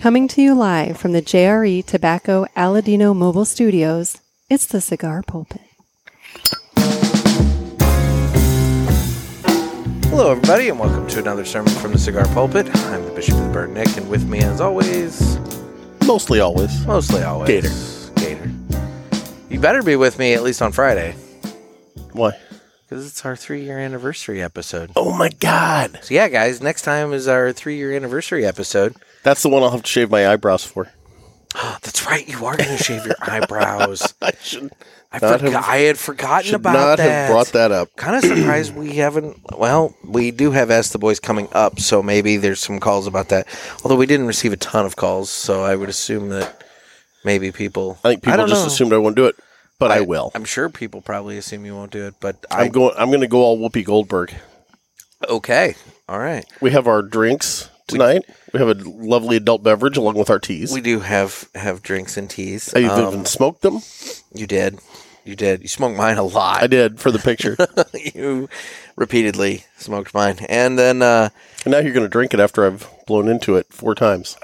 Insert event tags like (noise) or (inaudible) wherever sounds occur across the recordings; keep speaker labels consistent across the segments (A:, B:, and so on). A: Coming to you live from the JRE Tobacco Aladino Mobile Studios, it's the Cigar Pulpit.
B: Hello, everybody, and welcome to another sermon from the Cigar Pulpit. I'm the Bishop of the Burnt Nick, and with me, as always,
C: Mostly always.
B: mostly always,
C: Gator.
B: Gator. You better be with me at least on Friday,
C: Why?
B: because it's our three year anniversary episode.
C: Oh my god.
B: So, yeah, guys, next time is our three year anniversary episode.
C: That's the one I'll have to shave my eyebrows for.
B: (gasps) That's right, you are going to shave your eyebrows.
C: I should,
B: I,
C: Not
B: forgot,
C: have-
B: I had forgotten
C: should
B: about
C: not
B: that.
C: have brought that up.
B: Kind of surprised we haven't. Well, we do have Ask the Boys coming up, so maybe there's some calls about that. Although we didn't receive a ton of calls, so I would assume that maybe people.
C: I think people
B: don't
C: just
B: know.
C: assumed I won't do it, but I, will.
B: I'm sure people probably assume you won't do it, but I.
C: I'm going. I'm going to go all Whoopi Goldberg.
B: okay. All right.
C: We have our drinks tonight. We, have a lovely adult beverage along with our teas.
B: We do have have drinks and teas.
C: I
B: Um,
C: even smoked them.
B: you did. You did. You smoked mine a lot.
C: I did for
B: (laughs)
C: the picture,
B: you repeatedly smoked mine. And then uh,
C: and now you're going to drink it after I've blown into it four times.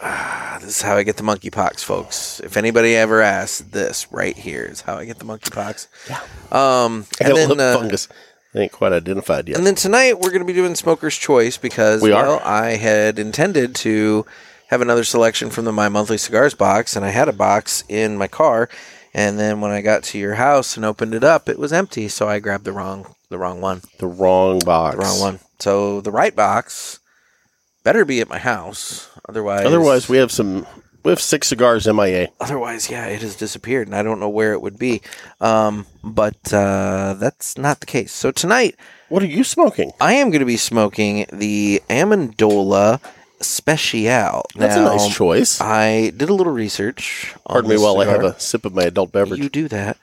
B: This is how I get the monkeypox, folks. If anybody ever asks, this right here is how I get the monkeypox. Yeah. Um,
C: I
B: and
C: got
B: then,
C: lip
B: uh,
C: fungus. They ain't quite identified yet.
B: and then tonight we're going to be doing Smoker's Choice because
C: We are.
B: well, I had intended to have another selection from the My Monthly Cigars box, and I had a box in my car. And then when I got to your house and opened it up, it was empty, so I grabbed the wrong the wrong one.
C: the wrong box.
B: The wrong one. So the right box better be at my house. Otherwise
C: Otherwise, we have some. We have six cigars. Mia.
B: otherwise yeah it has disappeared and i don't know where it would be um, but uh, that's not the case so tonight
C: What are you smoking?
B: i am going to be smoking the amandola special
C: That's
B: Now,
C: a nice choice.
B: i did a little research on
C: Pardon me
B: this
C: while I
B: cigar.
C: have a sip of my adult beverage.
B: you do that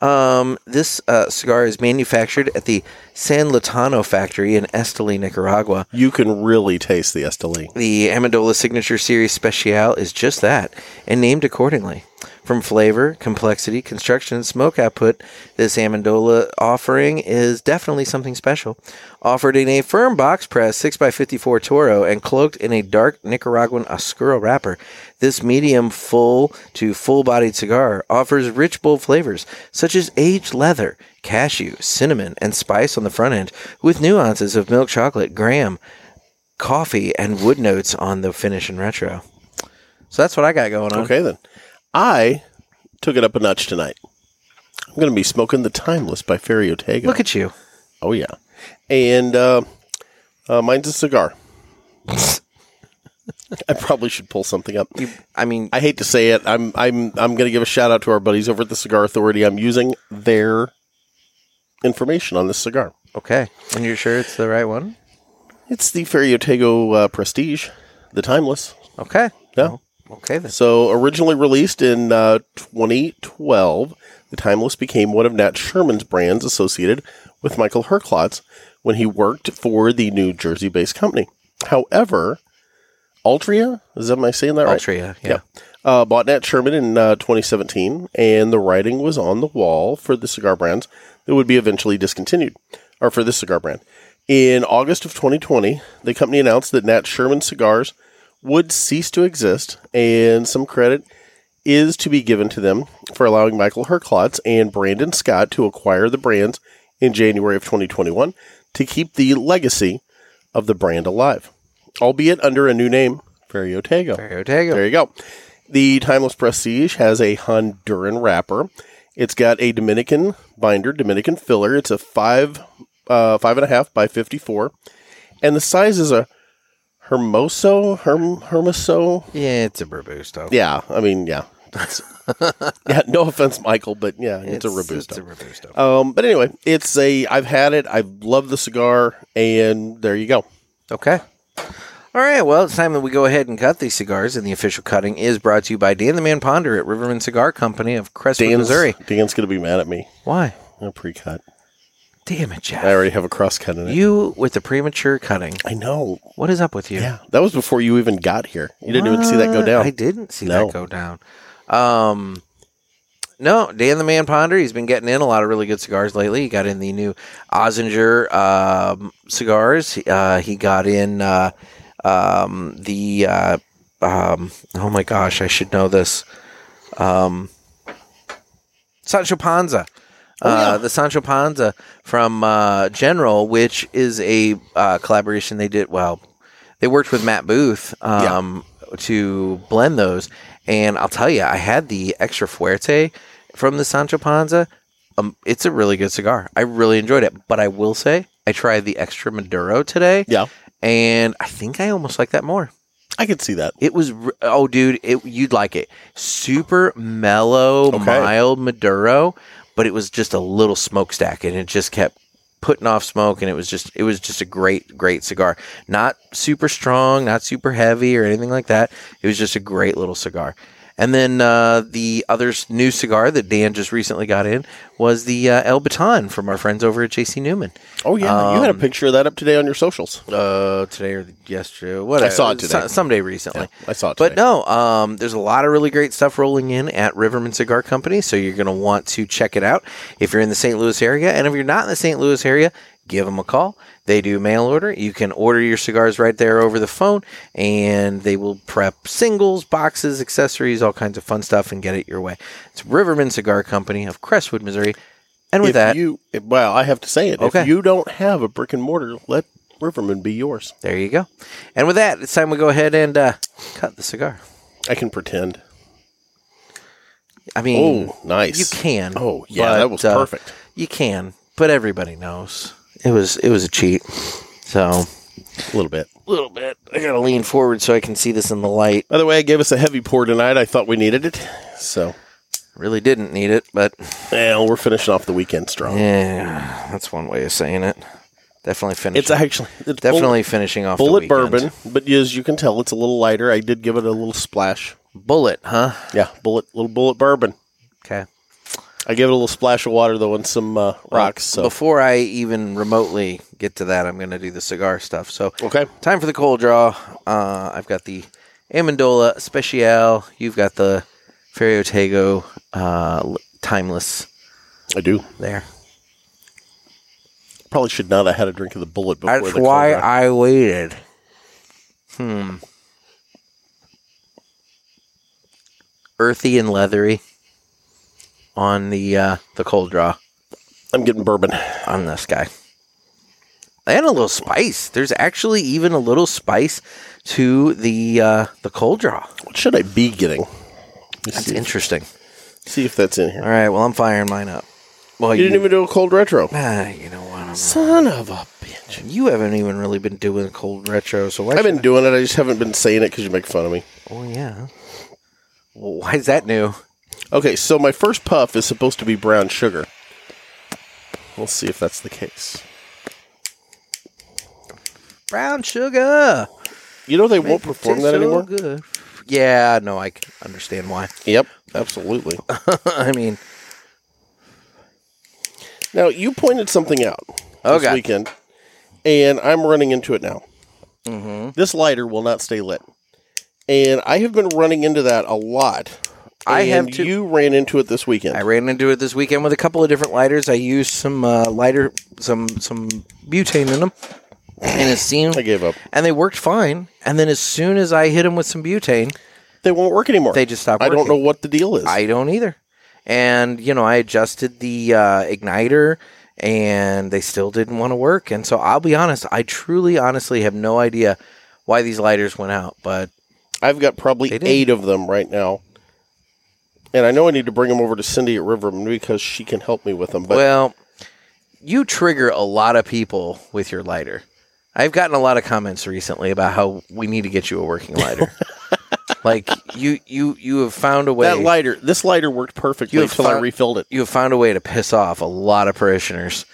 B: um, this uh, cigar is manufactured at the san latano factory in esteli nicaragua
C: You can really taste the Esteli.
B: The Amendola Signature Series Special is just that, and named accordingly. From flavor, complexity, construction, and smoke output, this Amendola offering is definitely something special. Offered in a firm box press 6x54 Toro and cloaked in a dark Nicaraguan Oscuro wrapper, this medium full to full bodied cigar offers rich, bold flavors such as aged leather, cashew, cinnamon, and spice on the front end, with nuances of milk chocolate, graham, coffee and wood notes on the finish and retro. So that's what I got going on.
C: Okay, then. I took it up a notch tonight. I'm going to be smoking the Timeless by Ferry Otego.
B: Look at you.
C: oh, yeah. And uh, uh, mine's a cigar. (laughs) I probably should pull something up.
B: I mean,
C: I hate to say it. I'm I'm I'm going to give a shout out to our buddies over at the Cigar Authority. I'm using their information on this cigar.
B: okay. And you're sure it's the right one?
C: It's the Ferry Otego uh, Prestige, the Timeless.
B: Okay.
C: Yeah.
B: Okay (laughs) then.
C: So originally released in uh, 2012, the Timeless became one of Nat Sherman's brands associated with Michael Herklotz when he worked for the New Jersey-based company. However, Altria is that am I saying that right?
B: Altria. Yeah.
C: Yeah. Uh, bought Nat Sherman in uh, 2017, and the writing was on the wall for the cigar brands that would be eventually discontinued, or for this cigar brand. In August of 2020, the company announced that Nat Sherman cigars would cease to exist, and some credit is to be given to them for allowing Michael Herklotz and Brandon Scott to acquire the brands in January of 2021 to keep the legacy of the brand alive, albeit under a new name, Ferriotego.
B: There you
C: There
B: go.
C: you go. The Timeless Prestige has a Honduran wrapper. It's got a Dominican binder, Dominican filler. It's a five, uh, five and a half by fifty-four, and the size is a Hermoso, Herm, Hermoso.
B: Yeah, it's a Robusto.
C: Yeah, I mean, yeah, That's- (laughs) yeah. No offense, Michael, but yeah, it's, a Robusto.
B: It's a Robusto.
C: um, but anyway, it's a. I've had it. I love the cigar, and there you go.
B: Okay. All right. Well, it's time that we go ahead and cut these cigars, and the official cutting is brought to you by Dan the Man Ponder at Riverman Cigar Company of Crestwood,
C: Dan's,
B: Missouri.
C: Dan's gonna be mad at me.
B: Why?
C: I'm pre-cut.
B: Damn it, Jeff!
C: I already have a cross cut in it.
B: you with the premature cutting.
C: I know.
B: What is up with you?
C: Yeah, that was before you even got here. You didn't even see that go
B: What?
C: down.
B: I didn't see
C: No.
B: that go down. Um, no, Dan the Man Ponder. He's been getting in a lot of really good cigars lately. He got in the new Ozinger um, cigars. Uh, he got in uh, um, the uh, um, oh my gosh, I should know this. Um, Sancho Panza.
C: Oh, yeah.
B: Uh, the Sancho Panza from uh, General, which is a uh, collaboration they did. Well, they worked with Matt Booth um, to blend those. And I'll tell you, I had the extra fuerte from the Sancho Panza. Um, it's a really good cigar. I really enjoyed it. But I will say, I tried the extra Maduro today.
C: Yeah.
B: And I think I almost like that more.
C: I could see that.
B: It was r- oh, dude, it, you'd like it. Super mellow,
C: Okay.
B: mild Maduro, but it was just a little smokestack, and it just kept putting off smoke, and it was just it was just a great great cigar. Not super strong, not super heavy or anything like that. It was just a great little cigar. And then uh, the other s- new cigar that Dan just recently got in was the uh, El Baton from our friends over at JC Newman.
C: Oh yeah, you had a
B: Um,
C: picture of that up today on your socials.
B: Uh, today or yesterday, whatever.
C: I saw it today.
B: So- someday recently.
C: I saw it.
B: But
C: today.
B: no, um, there's a lot of really great stuff rolling in at Riverman Cigar Company, so you're going to want to check it out if you're in the St. Louis area. And if you're not in the St. Louis area, give them a call. They do mail order. You can order your cigars right there over the phone, and they will prep singles, boxes, accessories, all kinds of fun stuff, and get it your way. It's Riverman Cigar Company of Crestwood, Missouri. And with
C: if
B: that,
C: you if- well, I have to say it.
B: Okay.
C: If you don't have a brick and mortar, let Riverman be yours.
B: there you go. And with that, it's time we go ahead and uh, cut the cigar.
C: I can pretend.
B: I mean,
C: Oh,
B: Mm.
C: nice.
B: You can. uh,
C: Oh, yeah, that was perfect.
B: You can, but everybody knows it was it was a cheat. So
C: a little bit.
B: a little bit. I gotta lean forward so I can see this in the light.
C: By the way, I gave us a heavy pour tonight. I thought we needed it, so
B: Really didn't need it, but
C: well, we're finishing off the weekend strong.
B: yeah, that's one way of saying it. Definitely finishing.
C: It's actually it's
B: definitely
C: bullet-
B: finishing off. the
C: bullet
B: weekend.
C: bourbon, but as you can tell, it's a little lighter. I did give it a little splash.
B: Bullet, huh?
C: Yeah, bullet, little bullet bourbon.
B: Okay.
C: I gave it a little splash of water though, and some uh, rocks. So
B: Before I even remotely get to that, I'm gonna do the cigar stuff. So
C: okay,
B: Time for the cold draw. Uh, I've got the Amendola Special. You've got the Ferriotego uh, l- Timeless
C: I do.
B: there.
C: Probably should not have had a drink of the bullet before.
B: That's
C: the
B: why
C: Cobra.
B: I waited. Hmm. Earthy and leathery on the uh, the cold draw
C: I'm getting bourbon.
B: on this guy. And a little spice. There's actually even a little spice to the uh, the cold draw.
C: What should I be getting? Let's
B: That's
C: see,
B: interesting.
C: see if that's in here.
B: All right. Well, I'm firing mine up. Well,
C: You didn't even do a cold retro.
B: Ah, you know what? I'm not-
C: Son of a bitch.
B: you haven't even really been doing cold retro, so why?
C: I've
B: should
C: been doing it. I just haven't been saying it because you make fun of me.
B: I- oh yeah. Well, why is that new?
C: Okay, so my first puff is supposed to be brown sugar. Let's see if that's the case.
B: Brown sugar.
C: You know they won't perform
B: Tastes
C: that
B: so
C: anymore.
B: good. Yeah, no, I can understand why. (laughs)
C: Yep, absolutely.
B: I mean,
C: now you pointed something out
B: Okay.
C: this weekend, and I'm running into it now.
B: Mm-hmm.
C: This lighter will not stay lit, and I have been running into that a lot.
B: I have
C: and
B: too.
C: You ran into it this weekend.
B: I ran into it this weekend with a couple of different lighters. I used some uh, lighter, some some butane in them, and it seemed
C: I gave up.
B: and they worked fine. And then as soon as I hit them with some butane,
C: They won't work anymore.
B: they just stopped.
C: I don't
B: working.
C: know what the deal is.
B: I don't either. And you know, I adjusted the uh, igniter, and they still didn't want to work. And so I'll be honest, I truly, honestly have no idea why these lighters went out. But
C: I've got probably
B: They did.
C: eight of them right now. And I know I need to bring them over to Cindy at Riverman because she can help me with them. But
B: well, you trigger a lot of people with your lighter. I've gotten a lot of comments recently about how we need to get you a working
C: (laughs)
B: lighter. like you, you, you have found a way.
C: that lighter, this lighter worked perfectly
B: You have
C: until I
B: found-
C: refilled it.
B: you have found a way to piss off a lot of parishioners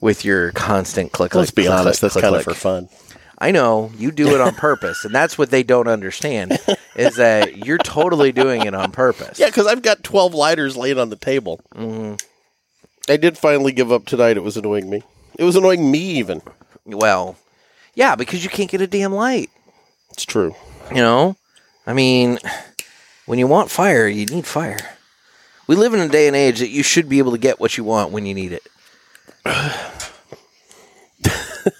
B: with your constant click.
C: Let's
B: click,
C: be
B: click,
C: honest,
B: click,
C: that's
B: click,
C: kind of
B: click.
C: for fun.
B: I know you do it on purpose, and that's what they don't understand is that you're totally doing it on purpose.
C: (laughs) Yeah, because I've got 12 lighters laid on the table. Mm-hmm. I did finally give up tonight. It was annoying me. It was annoying me even.
B: Well, yeah, because you can't get a damn light.
C: It's true. (laughs)
B: You know, I mean, when you want fire, you need fire. We live in a day and age that you should be able to get what you want when you need it.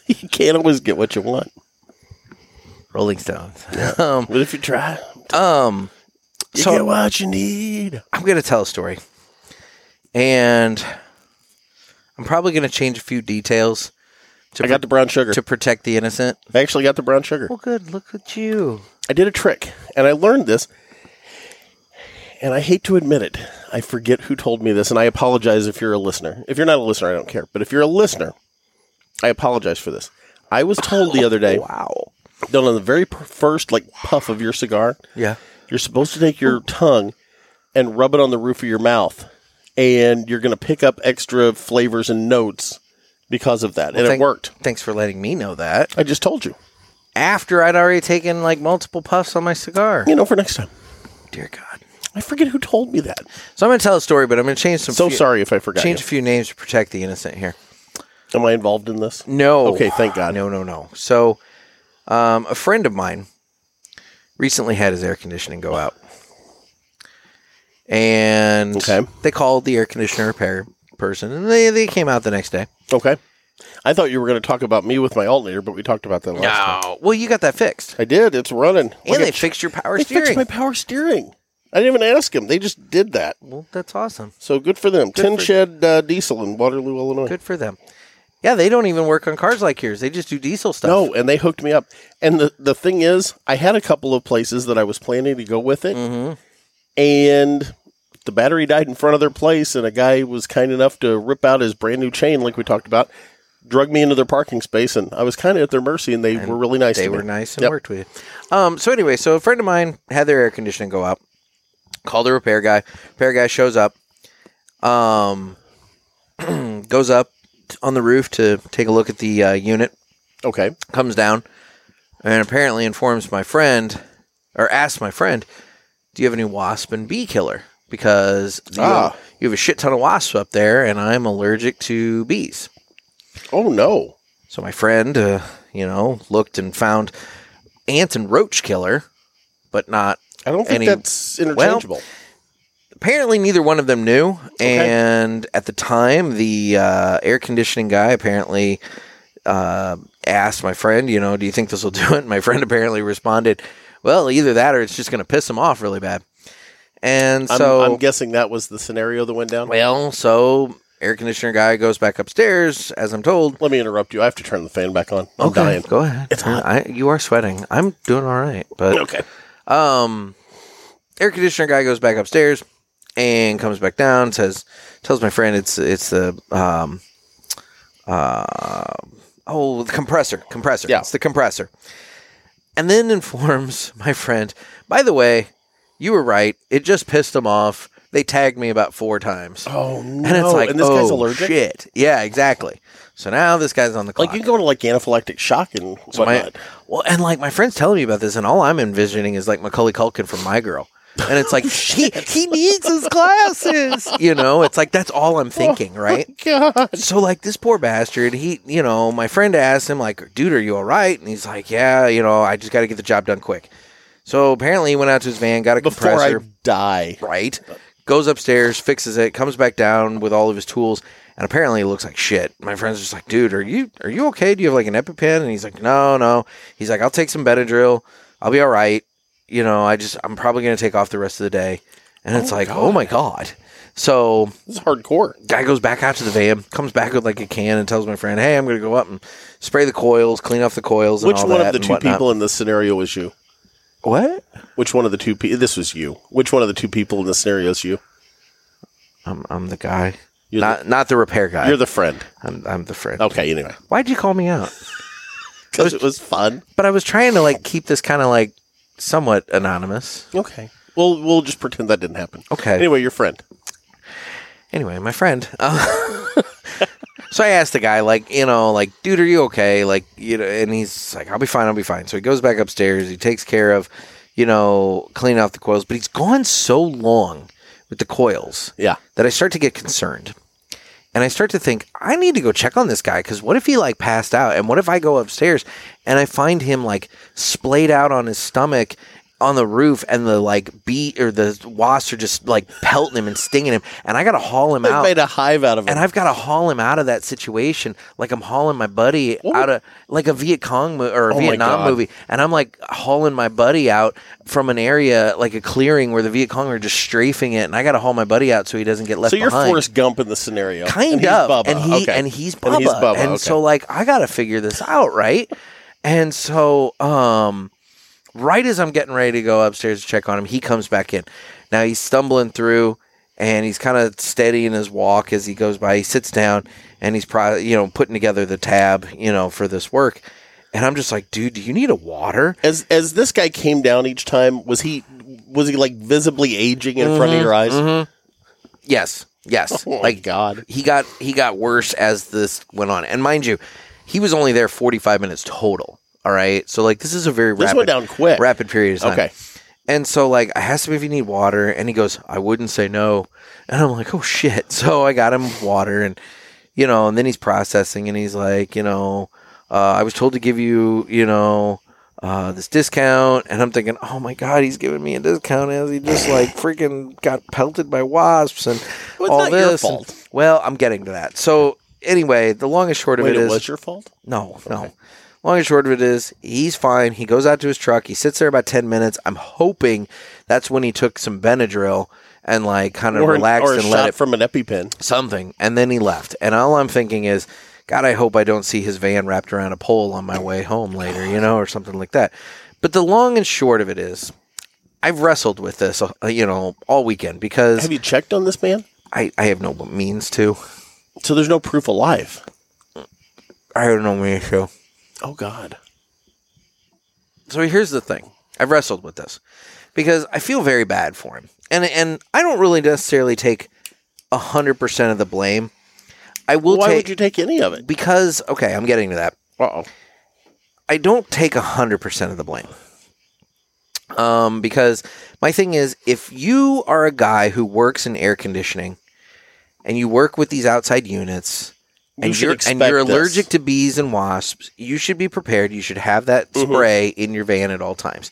C: You can't always get what you want.
B: Rolling Stones. um,
C: But if you try,
B: um,
C: you
B: so
C: get what you need.
B: I'm going to tell a story. And I'm probably going to change a few details to,
C: I got the Oh, brown sugar.
B: to protect the innocent.
C: I actually got the brown sugar.
B: Well, good. Look at you.
C: I did a trick, and I learned this. And I hate to admit it. I forget who told me this, and I apologize if you're a listener. If you're not a listener, I don't care. But if you're a listener, I apologize for this. I was told the other day
B: Wow.
C: that on the very p- first like puff of your cigar,
B: Yeah.
C: you're supposed to take your tongue and rub it on the roof of your mouth, and you're going to pick up extra flavors and notes because of that. and
B: thank-
C: it worked.
B: Thanks for letting me know that.
C: I just told you.
B: After I'd already taken like multiple puffs on my cigar.
C: You know, for next time.
B: Dear God.
C: I forget who told me that.
B: So I'm going to tell a story, but I'm going to change some.
C: So
B: few-
C: sorry if I forgot.
B: Change
C: you.
B: a few names to protect the innocent here.
C: Am I involved in this?
B: No.
C: Okay, thank God.
B: No, no, no. So, um, a friend of mine recently had his air conditioning go out, and
C: Okay.
B: they called the air conditioner repair person, and they, they came out the next day.
C: Okay. I thought you were going to talk about me with my alternator, but we talked about that last time.
B: well, you got that fixed,
C: I did. It's running. Look
B: and they
C: at-
B: fixed your power
C: they
B: steering.
C: fixed my power steering. I didn't even ask them. They just did that.
B: well, that's awesome.
C: So good for them. Tin
B: for-
C: Shed uh, Diesel in Waterloo, Illinois.
B: Good for them. Yeah, they don't even work on cars like yours. They just do diesel stuff.
C: No, and they hooked me up. And the, the thing is, I had a couple of places that I was planning to go with it,
B: Mhm.
C: and the battery died in front of their place, and a guy was kind enough to rip out his brand new chain, like we talked about, drug me into their parking space, and I was kind of at their mercy, and they were really nice
B: they
C: to
B: were
C: me.
B: nice and
C: Yep.
B: worked with you. Um, so anyway, so a friend of mine had their air conditioning go out. Called the repair guy. Repair guy shows up. Um, (clears throat) goes up on the roof to take a look at the uh, unit.
C: Okay.
B: Comes down and apparently informs my friend or asks my friend, "Do you have any wasp and bee killer?" Because you,
C: Ah.
B: you have a shit ton of wasps up there, and I'm allergic to bees.
C: Oh, no.
B: So my friend, uh, you know, looked and found ant and roach killer, but not.
C: I don't think
B: Any-
C: that's interchangeable.
B: Apparently, neither one of them knew.
C: Okay.
B: And at the time, the uh, air conditioning guy apparently uh, asked my friend, you know, do you think this will do it? And my friend apparently responded, well, either that or it's just going to piss him off really bad. And
C: I'm,
B: so,
C: I'm guessing that was the scenario that went down.
B: well, so air conditioner guy goes back upstairs, as I'm told.
C: Let me interrupt you. I have to turn the fan back on. I'm dying.
B: go ahead. It's hot. I, you are sweating. I'm doing all right, but
C: Okay.
B: Um, air conditioner guy goes back upstairs and comes back down. Says, tells my friend it's it's the um, uh, oh the compressor, compressor.
C: Yeah.
B: it's the compressor. And then (laughs) informs my friend. By the way, you were right. It just pissed them off. They tagged me about four times.
C: Oh, no.
B: And it's like,
C: this
B: oh,
C: guy's allergic?
B: Shit. Yeah, exactly. So now this guy's on the clock.
C: Like, you can go to, like, anaphylactic shock and
B: My,
C: whatnot.
B: well, and like my friends telling me about this, and all I'm envisioning is like Macaulay Culkin from My Girl, and it's
C: (laughs)
B: like he he needs his glasses, you know. It's like that's all
C: Oh
B: I'm thinking, right?
C: God.
B: So like this poor bastard, he you know my friend asked him like, dude, are you all right? And he's like, yeah, you know, I just got to get the job done quick. So apparently he went out to his van, got a
C: (laughs) Before
B: compressor,
C: I die.
B: right? Goes upstairs, fixes it, comes back down with all of his tools, and apparently it looks like shit. My friend's just like, dude, are you are you okay? Do you have like an EpiPen? And he's like, no, no. He's like, I'll take some Benadryl. I'll be all right. You know, I just I'm probably gonna take off the rest of the day. And it's like, oh my god. So
C: This is hardcore.
B: guy goes back out to the van, comes back with like a can, and tells my friend, hey, I'm gonna go up and spray the coils, clean off the coils. and
C: Which
B: all
C: one
B: that
C: of the
B: and
C: two
B: whatnot."
C: people in this scenario is you?
B: What?
C: Which one of the two people? This was you. Which one of the two people in the scenario is you?
B: I'm I'm the guy.
C: You're
B: not not the repair guy.
C: You're the Oh. friend.
B: I'm I'm the friend.
C: Okay, anyway.
B: Why'd you call me out?
C: Because it was fun.
B: But I was trying to like keep this kind of like somewhat anonymous.
C: Okay. Well, we'll just pretend that didn't happen.
B: Okay.
C: Anyway, your friend.
B: Anyway, my friend. uh, (laughs) so I asked the guy, like, you know, like, dude, are you okay? Like, you know, and he's like, I'll be fine, I'll be fine. So he goes back upstairs. He takes care of, you know, cleaning off the coils. But he's gone so long with the coils
C: Yeah.
B: that I start to get concerned. And I start to think, I need to go check on this guy because what if he like passed out? And what if I go upstairs and I find him like splayed out on his stomach on the roof, and the like bee or the wasps are just like pelting him and stinging him, and I gotta haul him
C: They
B: out.
C: made a hive out of
B: and
C: it.
B: I've got to haul him out of that situation, like I'm hauling my buddy
C: What
B: out of like a Viet Cong mo- or a
C: Oh my
B: Vietnam
C: God.
B: movie, and I'm like hauling my buddy out from an area like a clearing where the Viet Cong are just strafing it, and I got to haul my buddy out so he doesn't get left
C: So you're
B: behind.
C: Forrest Gump in the scenario,
B: kind
C: and he's
B: of,
C: Bubba.
B: and he
C: okay.
B: and he's Bubba,
C: And he's Bubba,
B: And
C: okay.
B: so like I got to figure this out, right? and so um right as I'm getting ready to go upstairs to check on him, he comes back in. Now he's stumbling through and he's kind of steady in his walk as he goes by. He sits down and he's probably, you know, putting together the tab, you know, for this work. And I'm just like, dude, do you need a water?
C: as as this guy came down each time, was he was he like visibly aging in
B: Mm-hmm.
C: front of your eyes?
B: Yes. Yes.
C: (laughs) Oh my
B: like
C: God.
B: He got he got worse as this went on. And mind you, he was only there 45 minutes total. All right. So like this is a very
C: This
B: rapid
C: went down quick.
B: rapid period of time.
C: Okay.
B: And so like I asked him if he need water and he goes, I wouldn't say no. And I'm like, Oh shit. (laughs) So I got him water and you know, and then he's processing and he's like, you know, uh, I was told to give you, you know, uh, this discount and I'm thinking, Oh my god, he's giving me a discount as he just
C: (laughs)
B: like freaking got pelted by wasps and
C: Well, it's
B: all
C: not your
B: this. and-
C: fault.
B: well, I'm getting to that. So anyway, the long and short of
C: Wait,
B: it
C: it
B: is
C: was your fault.
B: no, no. Long and short of it is, he's fine. He goes out to his truck. He sits there about 10 minutes. I'm hoping that's when he took some Benadryl and like kind of
C: Or, an-
B: relaxed
C: or a
B: and
C: shot
B: let it
C: from an EpiPen.
B: something. And then he left. And all I'm thinking is, God, I hope I don't see his van wrapped around a pole on my way home later, you know, or something like that. But the long and short of it is, I've wrestled with this, uh, you know, all weekend because
C: Have you checked on this man?
B: I, I have no means to.
C: So there's no proof of life.
B: I have no means to.
C: Oh God.
B: So here's the thing. I've wrestled with this because I feel very bad for him. And and I don't really necessarily take 100% of the blame. I will
C: Why
B: take
C: would you take any of it?
B: because okay, I'm getting to that.
C: Uh oh.
B: I don't take 100% of the blame. Um because my thing is if you are a guy who works in air conditioning and you work with these outside units
C: You
B: and
C: should
B: you're, and
C: expect
B: you're
C: this.
B: allergic to bees and wasps, you should be prepared. You should have that spray in your van at all times.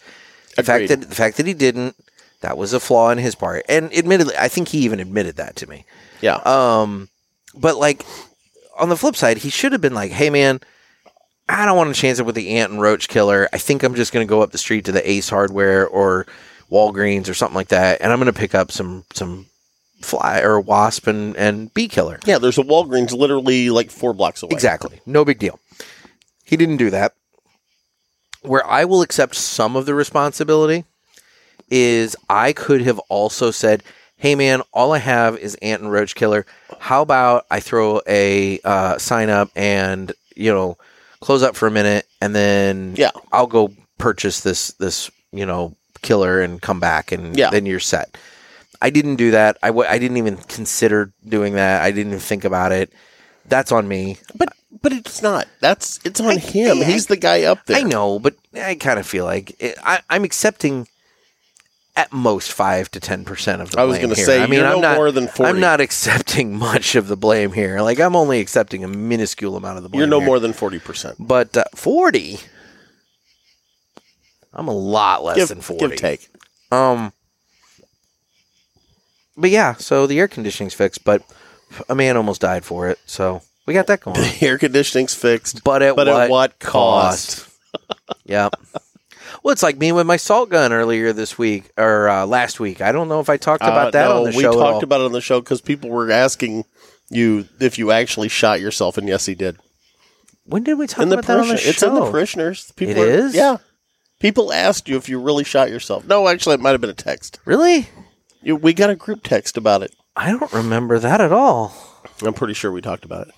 B: The fact
C: Mm-hmm. Agreed.
B: that the fact that he didn't, that was a flaw in his part. And admittedly, I think he even admitted that to me.
C: Yeah.
B: Um, but like on the flip side, he should have been like, "Hey, man." I don't want to chance it with the ant and roach killer. I think I'm just going to go up the street to the Ace Hardware or Walgreens or something like that, and I'm going to pick up some some fly or wasp and, and bee killer.
C: yeah. There's a Walgreens literally like four blocks away.
B: Exactly. No big deal. He didn't do that. Where I will accept some of the responsibility is I could have also said, "Hey man, all I have is ant and roach killer. How about I throw a uh, sign up and you know close up for a minute, and then
C: Yeah.
B: I'll go purchase this this you know killer and come back, and
C: Yeah.
B: then you're set." I didn't do that. I w- I didn't even consider doing that. I didn't even think about it. That's on me.
C: But but it's not. That's it's on
B: I-
C: him.
B: I-
C: He's the guy up there.
B: I know, but I kind of feel like it, I, I'm accepting at most five to ten percent of the.
C: I was
B: blame
C: going to
B: here.
C: say.
B: I mean,
C: you're
B: I'm
C: no
B: not.
C: more than 40
B: I'm not accepting (laughs) much of the blame here. Like I'm only accepting a minuscule amount of the blame.
C: You're no
B: here.
C: more than forty percent.
B: But uh, forty, I'm a lot less
C: Give,
B: than forty.
C: give take. (laughs)
B: Um. But yeah, so the air conditioning's fixed, but a man almost died for it, so we got that going. on.
C: The air conditioning's fixed.
B: But at
C: But
B: what
C: at what
B: cost?
C: cost?
B: (laughs) Yeah. Well, it's like me with my salt gun earlier this week or uh, last week. I don't know if I talked about
C: Uh,
B: that
C: no,
B: on the
C: we
B: show. at
C: talked
B: all.
C: about it on the show because people were asking you if you actually shot yourself, and yes, he did.
B: when did we talk
C: In the
B: about that on the
C: parishioners,
B: show?
C: it's in the parishioners. People
B: It
C: are-
B: is?
C: yeah. People asked you if you really shot yourself. No, actually, it might have been a text.
B: Really?
C: You, we got a group text about it.
B: I don't remember that at all.
C: I'm pretty sure we talked about it.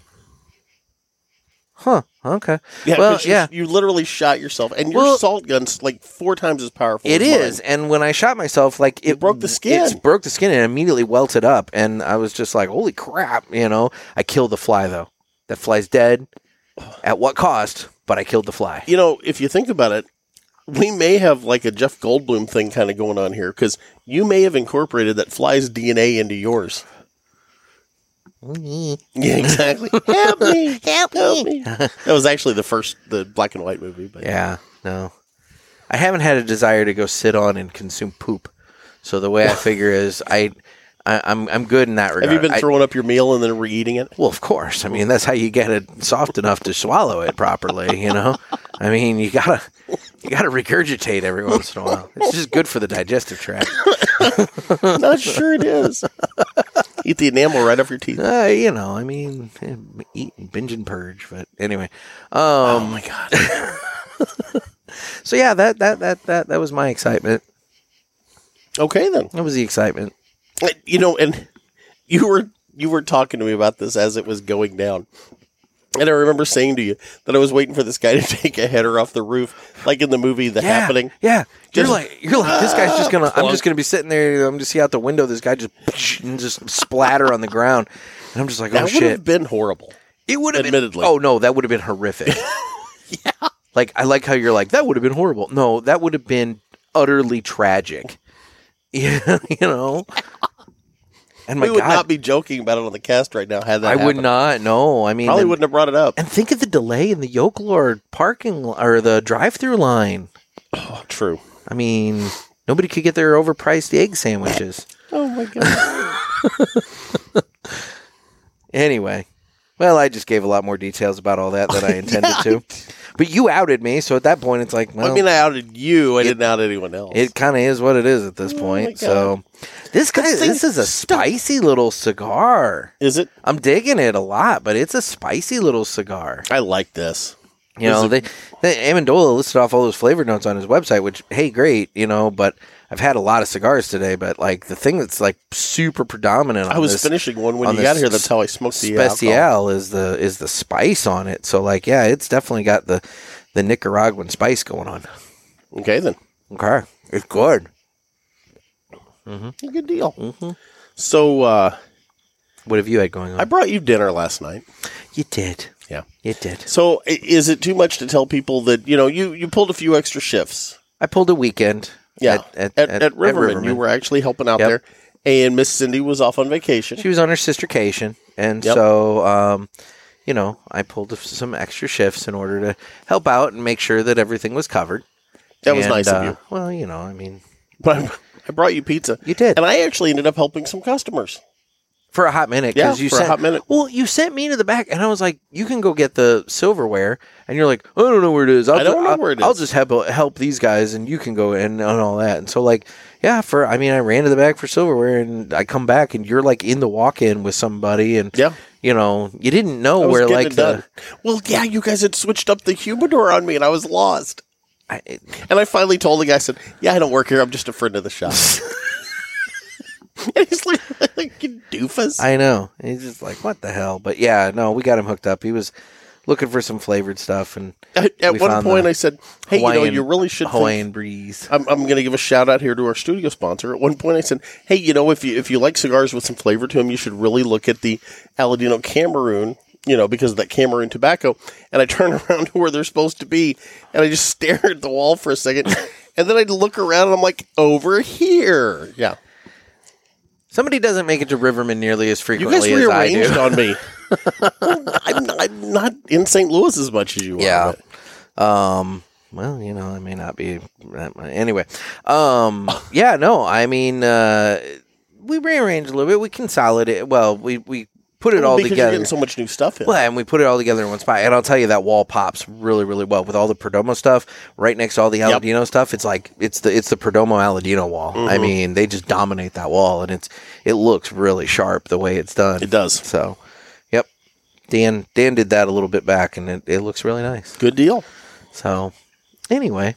B: Huh. Okay.
C: Yeah,
B: well,
C: 'cause you-
B: yeah.
C: you literally shot yourself, and your
B: Well-
C: salt gun's like four times as powerful.
B: It
C: as mine.
B: is. And when I shot myself, like it,
C: broke the skin.
B: It broke the skin and immediately welted up. And I was just like, holy crap. You know, I killed the fly, though. That fly's dead. At what cost? But I killed the fly.
C: You know, if you think about it, we may have like a Jeff Goldblum thing kind of going on here because you may have incorporated that fly's DNA into yours. Yeah, exactly. Help me! Help me! That was actually the first, the black and white movie. But
B: Yeah. No. I haven't had a desire to go sit on and consume poop. So the
C: (laughs)
B: way I figure is I, I I'm I'm good in that regard.
C: Have you been
B: I-
C: throwing up your meal and then re-eating it?
B: well, of course. I mean, that's how you get it soft enough to swallow it properly. You know, I mean, you gotta you gotta regurgitate every once in a while. It's just good for the digestive tract.
C: Not sure it is. (laughs) Eat the enamel right off your teeth.
B: Uh, you know, I mean, eh, eat and binge and purge. But anyway, um,
C: Oh my god!
B: (laughs) so yeah, that that that that that was my excitement.
C: Okay then.
B: That was the excitement.
C: you know and (laughs) you were you were talking to me about this as it was going down and i remember saying to you that i was waiting for this guy (laughs) to take a header off the roof like in the movie the
B: yeah,
C: happening
B: Yeah, you're
C: Just-
B: like you're like this guy's just gonna. I'm just gonna be sitting there. I'm just see out the window. This guy just and just splatter on the ground, and I'm just like, oh
C: that would
B: shit.
C: have been horrible
B: It would have
C: Admittedly.
B: Been, oh no, that would have been horrific.
C: (laughs)
B: yeah. Like I like how you're like that would have been horrible. No, that would have been utterly tragic. (laughs) Yeah, you know. And my
C: we would
B: God,
C: not be joking about it on the cast right now had that
B: I would
C: happened.
B: not. No, I mean,
C: probably
B: and,
C: wouldn't have brought it up
B: and think of the delay in the Yoke Lord parking l- or the drive-through line.
C: oh true
B: I mean, nobody could get their overpriced egg sandwiches.
C: oh my god
B: Anyway, well, I just gave a lot more details about all that
C: (laughs)
B: than I intended to. But you outed me, so at that point, it's like, (laughs) well,
C: i mean i outed you i didn't out anyone else
B: It kind of is what it is at this point. So this guy,
C: Oh This thing-
B: this is a spicy little cigar.
C: is it
B: I'm digging it a lot, but it's a spicy little cigar.
C: i like this
B: You know, they, they Amendola listed off all those flavor notes on his website, which hey, great, you know. But I've had a lot of cigars today, but like the thing that's like super predominant. On
C: i was
B: this,
C: finishing one when
B: on
C: you got
B: this
C: here that's how i smoked the alcohol.
B: special is the is the spice on it. So like, yeah, it's definitely got the the Nicaraguan spice going on.
C: okay then
B: Okay, it's good.
C: good deal
B: Mm-hmm.
C: so uh
B: What have you had going on?
C: i brought you dinner last night
B: You did.
C: Yeah.
B: You did.
C: So i- is it too much to tell people that you know you you pulled a few extra shifts?
B: I pulled a weekend.
C: Yeah, at, at, Riverman, you were actually helping out
B: Yep.
C: there, and Miss Cindy was off on vacation.
B: She was on her sistercation, and
C: Yep.
B: so um, you know, I pulled some extra shifts in order to help out and make sure that everything was covered.
C: that was
B: And,
C: nice of
B: uh,
C: you. (laughs)
B: Well, you know, I mean,
C: But I, I brought you pizza.
B: You did.
C: and I actually ended up helping some customers.
B: for a hot minute
C: Yeah,
B: because you
C: for a
B: sent
C: hot minute.
B: well you sent me to the back and i was like you can go get the silverware and you're like i don't know where it is I'll
C: I don't know
B: I'll-
C: where it
B: i'll
C: is."
B: just help uh, help these guys and you can go and, and all that and so like yeah for i mean i ran to the back for silverware and i come back and you're like in the walk-in with somebody and
C: Yeah.
B: you know you didn't
C: I
B: know
C: was
B: where
C: getting
B: like
C: it
B: the
C: done. well, yeah, you guys had switched up the humidor on me, and I was lost.
B: I, it-
C: And I finally told the guy, I said, "Yeah, I don't work here. I'm just a friend of the
B: (laughs)
C: shop." and he's like, like "You doofus."
B: I know. And he's just like, what the hell? But yeah, no, we got him hooked up. He was looking for some flavored stuff and
C: at at
B: We
C: one
B: found
C: point,
B: the
C: I said, "Hey, you know,
B: Hawaiian-
C: you really should think-
B: Hawaiian breeze.
C: I'm, I'm going to give a shout out here to our studio sponsor. At one point, I said, "Hey, you know, if you if you like cigars with some flavor to them, you should really look at the Aladino Cameroon, you know, because of that Cameroon tobacco." And I turn (laughs) around to where they're supposed to be, and I just (laughs) stare at the wall for a second, and then I look around, and I'm like, "Over here, yeah."
B: Somebody doesn't make it to Riverman nearly as
C: You guys
B: frequently as I do.
C: rearranged
B: (laughs)
C: on me. I'm, not, I'm not in St. Louis as much as you
B: Yeah.
C: are. but-
B: Um, well, you know, I may not be that much. anyway. Um, yeah, no, I mean, uh, we rearranged a little bit. We consolidated. Well, we we put it all
C: because you're
B: together.
C: getting so much new stuff in.
B: Well, and we put it all together in one spot. And I'll tell you that wall pops really, really well with all the Perdomo stuff right next to all the
C: Yep. Mm-hmm.
B: Aladino stuff. It's like it's the it's the Perdomo Aladino wall. I mean, they just dominate that wall, and it's it looks really sharp the way it's done.
C: It does.
B: So, yep. Dan Dan did that a little bit back, and it, it looks really nice.
C: Good deal.
B: So, anyway,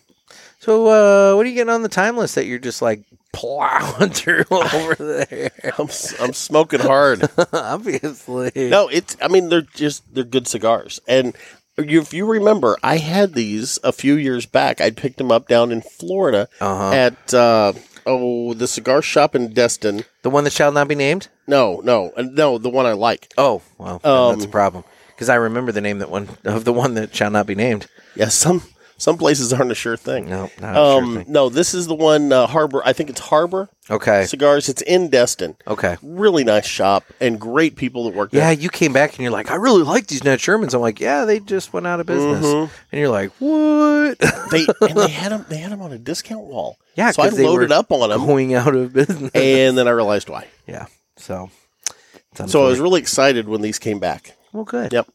B: so uh, what are you getting on the time list that you're just like plowing (laughs) through over there?
C: I'm, s- I'm smoking hard.
B: Obviously,
C: No, it's. I mean, they're just they're good cigars. And you, if you remember, I had these a few years back. I picked them up down in Florida
B: Uh-huh.
C: at uh, oh the cigar shop in Destin.
B: the one that shall not be named.
C: No, no, uh, no, the one I like.
B: Oh, well, then that's a problem because I remember the name that one of the one that shall not be named.
C: Yeah, some Some places aren't a sure thing.
B: No, not a
C: um,
B: sure thing.
C: No, this is the one uh, Harbor. I think it's Harbor
B: Okay.
C: Cigars. It's in Destin.
B: Okay.
C: Really nice shop and great people that work
B: Yeah,
C: there.
B: you came back and you're like, I really like these Nat Shermans. I'm like, yeah, they just went out of business. And you're like, what? (laughs)
C: (laughs) They and they had them. They had 'em on a discount wall.
B: yeah,
C: so I
B: 'cause they
C: loaded
B: were
C: up on them,
B: going out of business.
C: and then I realized why.
B: yeah. So. it's
C: So I was
B: unfortunate.
C: really excited when these came back.
B: well good.
C: Yep.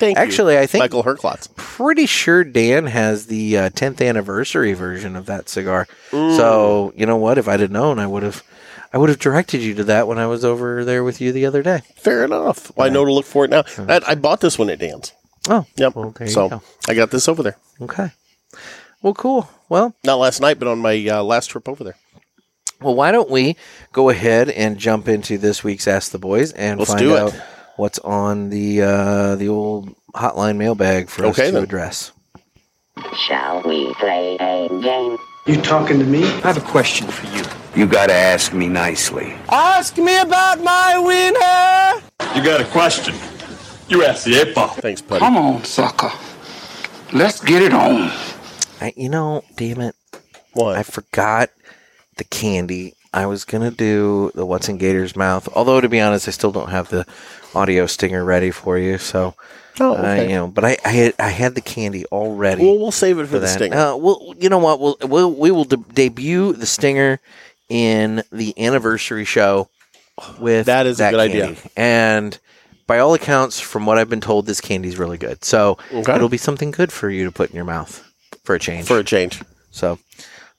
C: Thank you.
B: Actually, I think
C: Michael Herklotz.
B: pretty sure Dan has the uh, 10th anniversary version of that cigar. So you know what? If I'd have known, I would have, I would have directed you to that when I was over there with you the other day.
C: Fair enough. Well, I know to look for it now. That, I bought this one at Dan's.
B: Oh,
C: Yep.
B: Well, there you
C: so
B: go.
C: I got this over there.
B: Okay. Well, cool. Well,
C: Not last night, but on my uh, last trip over there.
B: well, why don't we go ahead and jump into this week's Ask the Boys and
C: Let's
B: find
C: do it.
B: out what's on the uh, the old hotline mailbag for us
C: Okay,
B: to
C: then.
B: address.
D: Shall we play a game?
E: You talking to me? I have a question for you.
F: You gotta ask me nicely.
G: You got a question? You ask the eight ball.
C: Thanks, buddy.
F: Come on, sucker. Let's get it on.
B: I, you know, damn it,
C: What?
B: I forgot the candy. I was gonna do the what's in Gator's mouth. Although to be honest, I still don't have the audio stinger ready for you. So,
C: oh,
B: I, you know, but I I had, I had the candy already.
C: well, we'll save it for the
B: that.
C: stinger.
B: Uh, well, you know what? We'll, we'll we will de- debut the stinger in the anniversary show with
C: That is a good idea.
B: candy. And by all accounts, from what I've been told, this candy's really good. So
C: Okay.
B: it'll be something good for you to put in your mouth for a change.
C: for a change.
B: So,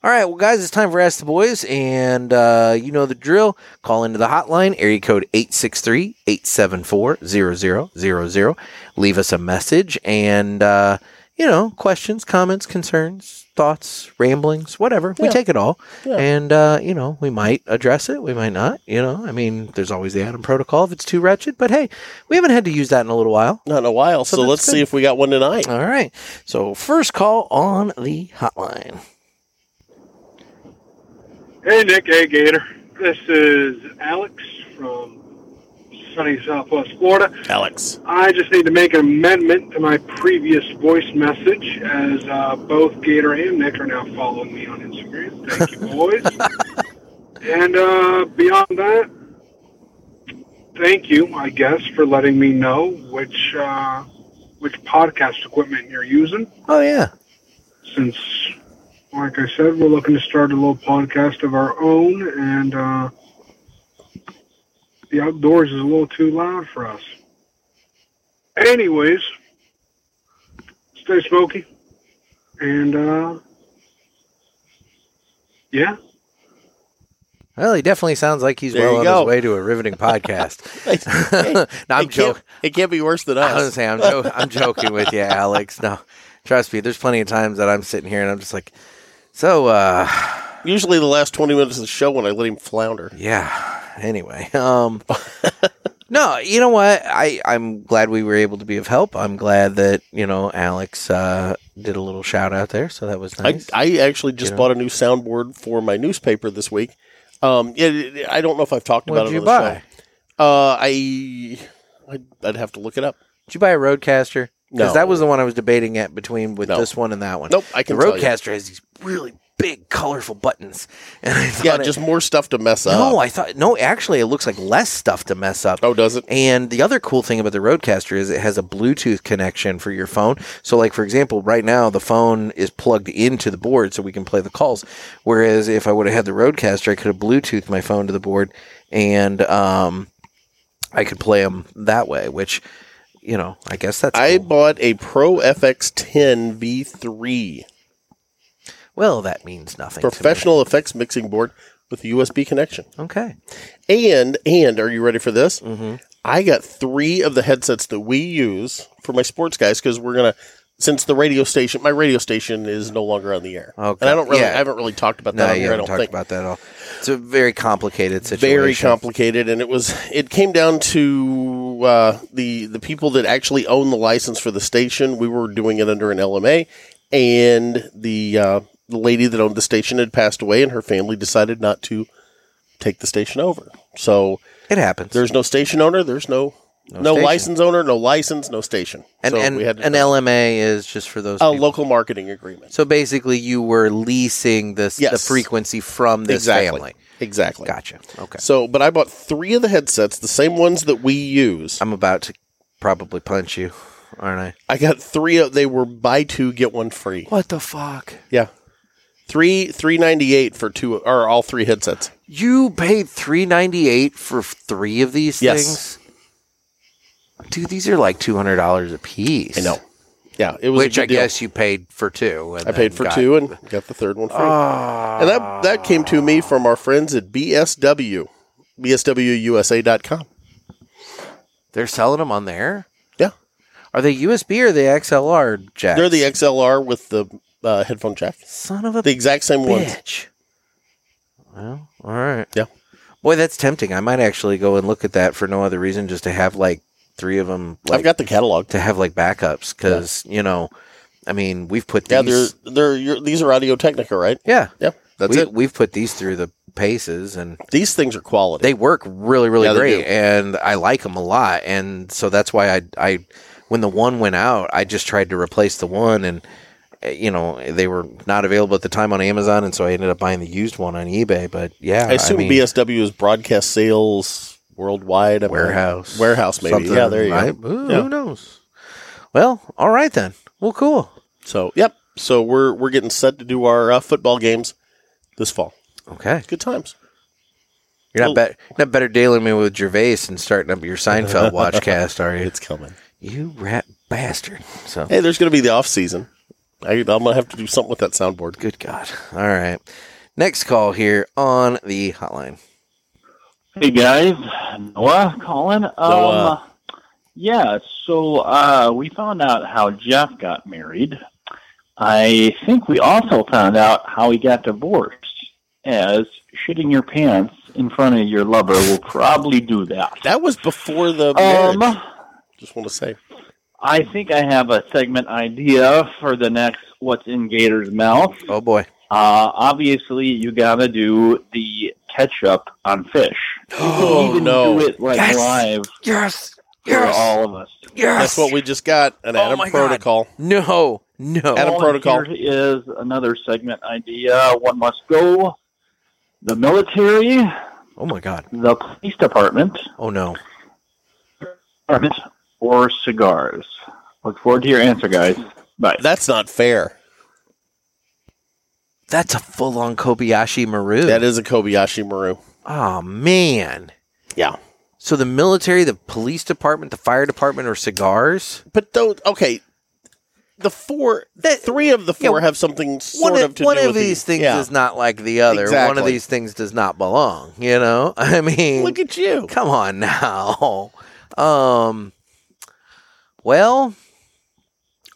B: all right, well, guys, it's time for Ask the Boys, and uh, you know the drill. Call into the hotline, area code 863-874-0000. Leave us a message, and, uh, you know, questions, comments, concerns, thoughts, ramblings, whatever. We take it all, and, uh, you know, we might address it, we might not, you know. I mean, there's always the Adam Protocol if it's too wretched, but hey, we haven't had to use that in a little while.
C: Not in a while. So,
B: that's
C: let's
B: good.
C: see if we got one
B: (laughs)
C: tonight.
B: All right, so first call on the hotline.
H: Hey, Nick. Hey, Gator. This is Alex from sunny Southwest Florida.
C: Alex.
H: I just need to make an amendment to my previous voice message as uh, both Gator and Nick are now following me on Instagram. Thank you, boys.
E: (laughs)
H: and uh, beyond that, thank you, I guess, for letting me know which, uh, which podcast equipment you're using
B: Oh, yeah.
H: since, like I said, we're looking to start a little podcast of our own, and uh, the outdoors is a little too loud for us. Anyways, stay smoky, and uh, yeah,
B: Well, he definitely sounds like he's
C: There
B: well
C: you
B: on
C: go.
B: his way to a riveting podcast.
C: It
B: (laughs) no, I'm
C: can't-
B: joking.
C: It can't be worse than
B: I was gonna
C: us.
B: say I'm, jo- I'm joking with you, Alex. No, trust me. There's plenty of times that I'm sitting here and I'm just like, so uh,
C: Usually the last 20 minutes of the show when I let him flounder.
B: yeah. Anyway,
C: (laughs)
B: um, no, you know what? I I'm glad we were able to be of help. I'm glad that you know Alex uh, did a little shout out there, so that was nice.
C: I, I actually just bought a new soundboard for my newspaper this week. Um, yeah, it- it- I don't know if I've talked
B: What'd
C: about it
B: you
C: on the
B: buy?
C: show. Uh, I, I'd, I'd have to look it up.
B: Did you buy a Roadcaster? Because
C: No.
B: that was the one I was debating at between with
C: No.
B: this one and that one.
C: Nope, I
B: The
C: can tell you.
B: Roadcaster has these really big, colorful buttons, (laughs) and I thought
C: Yeah,
B: it-
C: just uh, more stuff to mess up.
B: no, I thought no. Actually, it looks like less stuff to mess up.
C: oh, does it?
B: And the other cool thing about the Roadcaster is it has a Bluetooth connection for your phone. So, like for example, right now the phone is plugged into the board, so we can play the calls. Whereas if I would have had the Roadcaster, I could have Bluetoothed my phone to the board, and um, I could play them that way. Which, you know, I guess that's
C: I
B: cool.
C: bought a Pro FX10 V3
B: well, that means nothing. to me.
C: professional effects mixing board with USB connection.
B: Okay.
C: And and are you ready for this? Mm-hmm. I got three of the headsets that we use for my sports guys because we're gonna since the radio station my radio station is no longer on the air.
B: Okay.
C: And I don't really
B: Yeah.
C: I haven't really talked about that
B: No,
C: on
B: you
C: here. I
B: haven't
C: don't
B: talked
C: think.
B: about that at all. It's a very complicated situation.
C: Very complicated, and it was. It came down to uh, the the people that actually own the license for the station. We were doing it under an LMA, and the uh, the lady that owned the station had passed away, and her family decided not to take the station over. So
B: It happens.
C: there's no station owner. There's no No
B: station.
C: license owner, no license, no station.
B: And,
C: so
B: and
C: we had to-
B: an LMA is just for those.
C: a
B: people.
C: local marketing agreement.
B: So basically, you were leasing this the
C: Yes.
B: frequency from this family.
C: Exactly.
B: Gotcha. Okay.
C: So, but I bought three of the headsets, the same ones that we use.
B: I'm about to probably punch you, aren't I?
C: I got three of. They were buy two get one free.
B: What the fuck?
C: Yeah, three three ninety eight for two or all three headsets.
B: You paid three ninety eight for three of these
C: Yes.
B: things. Dude, these are like two hundred dollars a piece.
C: I know. Yeah, it was a
B: Which
C: good
B: I
C: deal.
B: guess you paid for two. and
C: I paid
B: then
C: for
B: got- Ah.
C: two and got the third one free. and that that came to me from our friends at BSW, BSWUSA.com.
B: They're selling them on there.
C: Yeah,
B: Are they USB or the XLR jack?
C: they're the XLR with the uh, headphone jack,
B: son of a
C: the exact same ones.
B: bitch. Well, all right.
C: Yeah.
B: Boy, that's tempting. I might actually go and look at that for no other reason, just to have like three of them. Like,
C: I've got the catalog.
B: to have like backups because you know, I mean, we've put
C: Yeah, they're
B: these.
C: they're your, these are Audio Technica, right?
B: Yeah,
C: Yeah, that's
B: we,
C: it.
B: We've put these through the paces, and
C: These things are quality.
B: they work really, really
C: Yeah, they
B: great.
C: do.
B: And I like them a lot, and so that's why I, I, when the one went out, I just tried to replace the one, and eh, you know they were not available at the time on Amazon, and so I ended up buying the used one on eBay. But yeah,
C: I assume
B: mean,
C: BSW is broadcast sales worldwide. I mean,
B: warehouse,
C: warehouse, maybe.
B: something,
C: Yeah, there you
B: right?
C: go.
B: Ooh,
C: Yeah.
B: Who knows? Well, all right then. Well, cool.
C: So, yep. So we're we're getting set to do our uh, football games this fall.
B: Okay.
C: Good times.
B: You're not
C: Oh.
B: better. Not better dealing me with Gervais and starting up your
C: (laughs)
B: Seinfeld watch cast, are you?
C: It's coming.
B: You rat bastard. So
C: Hey, there's going to be the off season. I, I'm going to have to do something with that soundboard.
B: good God. All right. Next call here on the hotline.
I: Hey guys, Noah calling. Um,
C: Noah.
I: Yeah, so uh, we found out how Jeff got married. I think we also found out how he got divorced, as shitting your pants in front of your lover will probably do that.
C: That was before the
I: Um,
C: marriage. Just want to say.
I: I think I have a segment idea for the next What's in Gator's Mouth.
B: Oh boy.
I: Uh, obviously, you gotta do the ketchup on
C: (gasps)
I: fish.
C: Oh,
I: Even
C: no.
I: do it like
B: Yes.
I: live
B: Yes.
I: for all of us.
B: Yes.
C: That's what we just got an
B: Oh,
C: Adam
B: my God.
C: Protocol.
B: No. No.
C: Adam
I: Well,
C: Protocol.
I: Here is another segment idea. One must go. The military,
B: Oh my God.
I: the police department,
B: Oh no.
I: department, or cigars. Look forward to your answer, guys. Bye.
C: That's not fair.
B: That's a full on Kobayashi Maru.
C: That is a Kobayashi Maru.
B: Oh man.
C: Yeah.
B: So the military, the police department, the fire department, or cigars?
C: But those okay, the four,
B: That-
C: three of the
B: yeah,
C: four have something sort
B: one
C: of to
B: one
C: do
B: of
C: with
B: these
C: the-
B: things
C: yeah.
B: is not like the other. One of
C: Exactly.
B: these things does not belong. You know, (laughs) I mean,
C: Look at you.
B: come on (laughs) now. Um, well,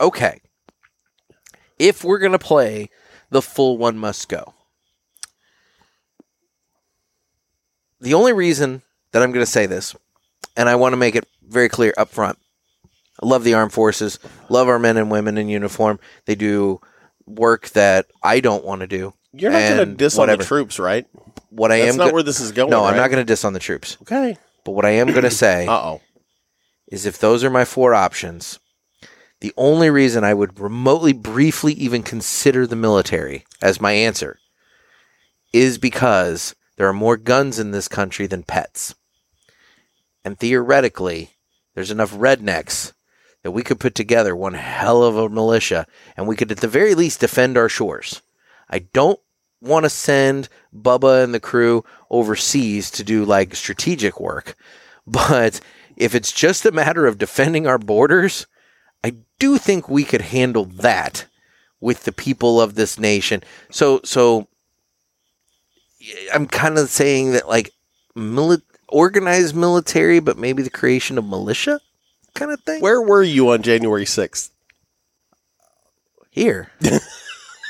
B: okay. If we're gonna play the full one must go, the only reason that I'm gonna say this, and I want to make it very clear up front. I love the armed forces. Love our men and women in uniform. They do work that I don't want to do.
C: You're not going to
B: and
C: diss on
B: whatever.
C: the troops, right?
B: What I
C: That's
B: am
C: not
B: go-
C: where this is going.
B: no, I'm
C: right?
B: not going to diss on the troops.
C: Okay.
B: But what I am
C: (clears throat)
B: going to say
C: Uh oh.
B: is if those are my four options, the only reason I would remotely, briefly even consider the military as my answer is because there are more guns in this country than pets. And theoretically, there's enough rednecks that we could put together one hell of a militia and we could, at the very least, defend our shores. I don't want to send Bubba and the crew overseas to do like strategic work, (laughs) but if it's just a matter of defending our borders, I do think we could handle that with the people of this nation. So, so I'm kind of saying that like mili- organized military, but maybe the creation of militia kind of thing.
C: Where were you on January 6th?
B: here.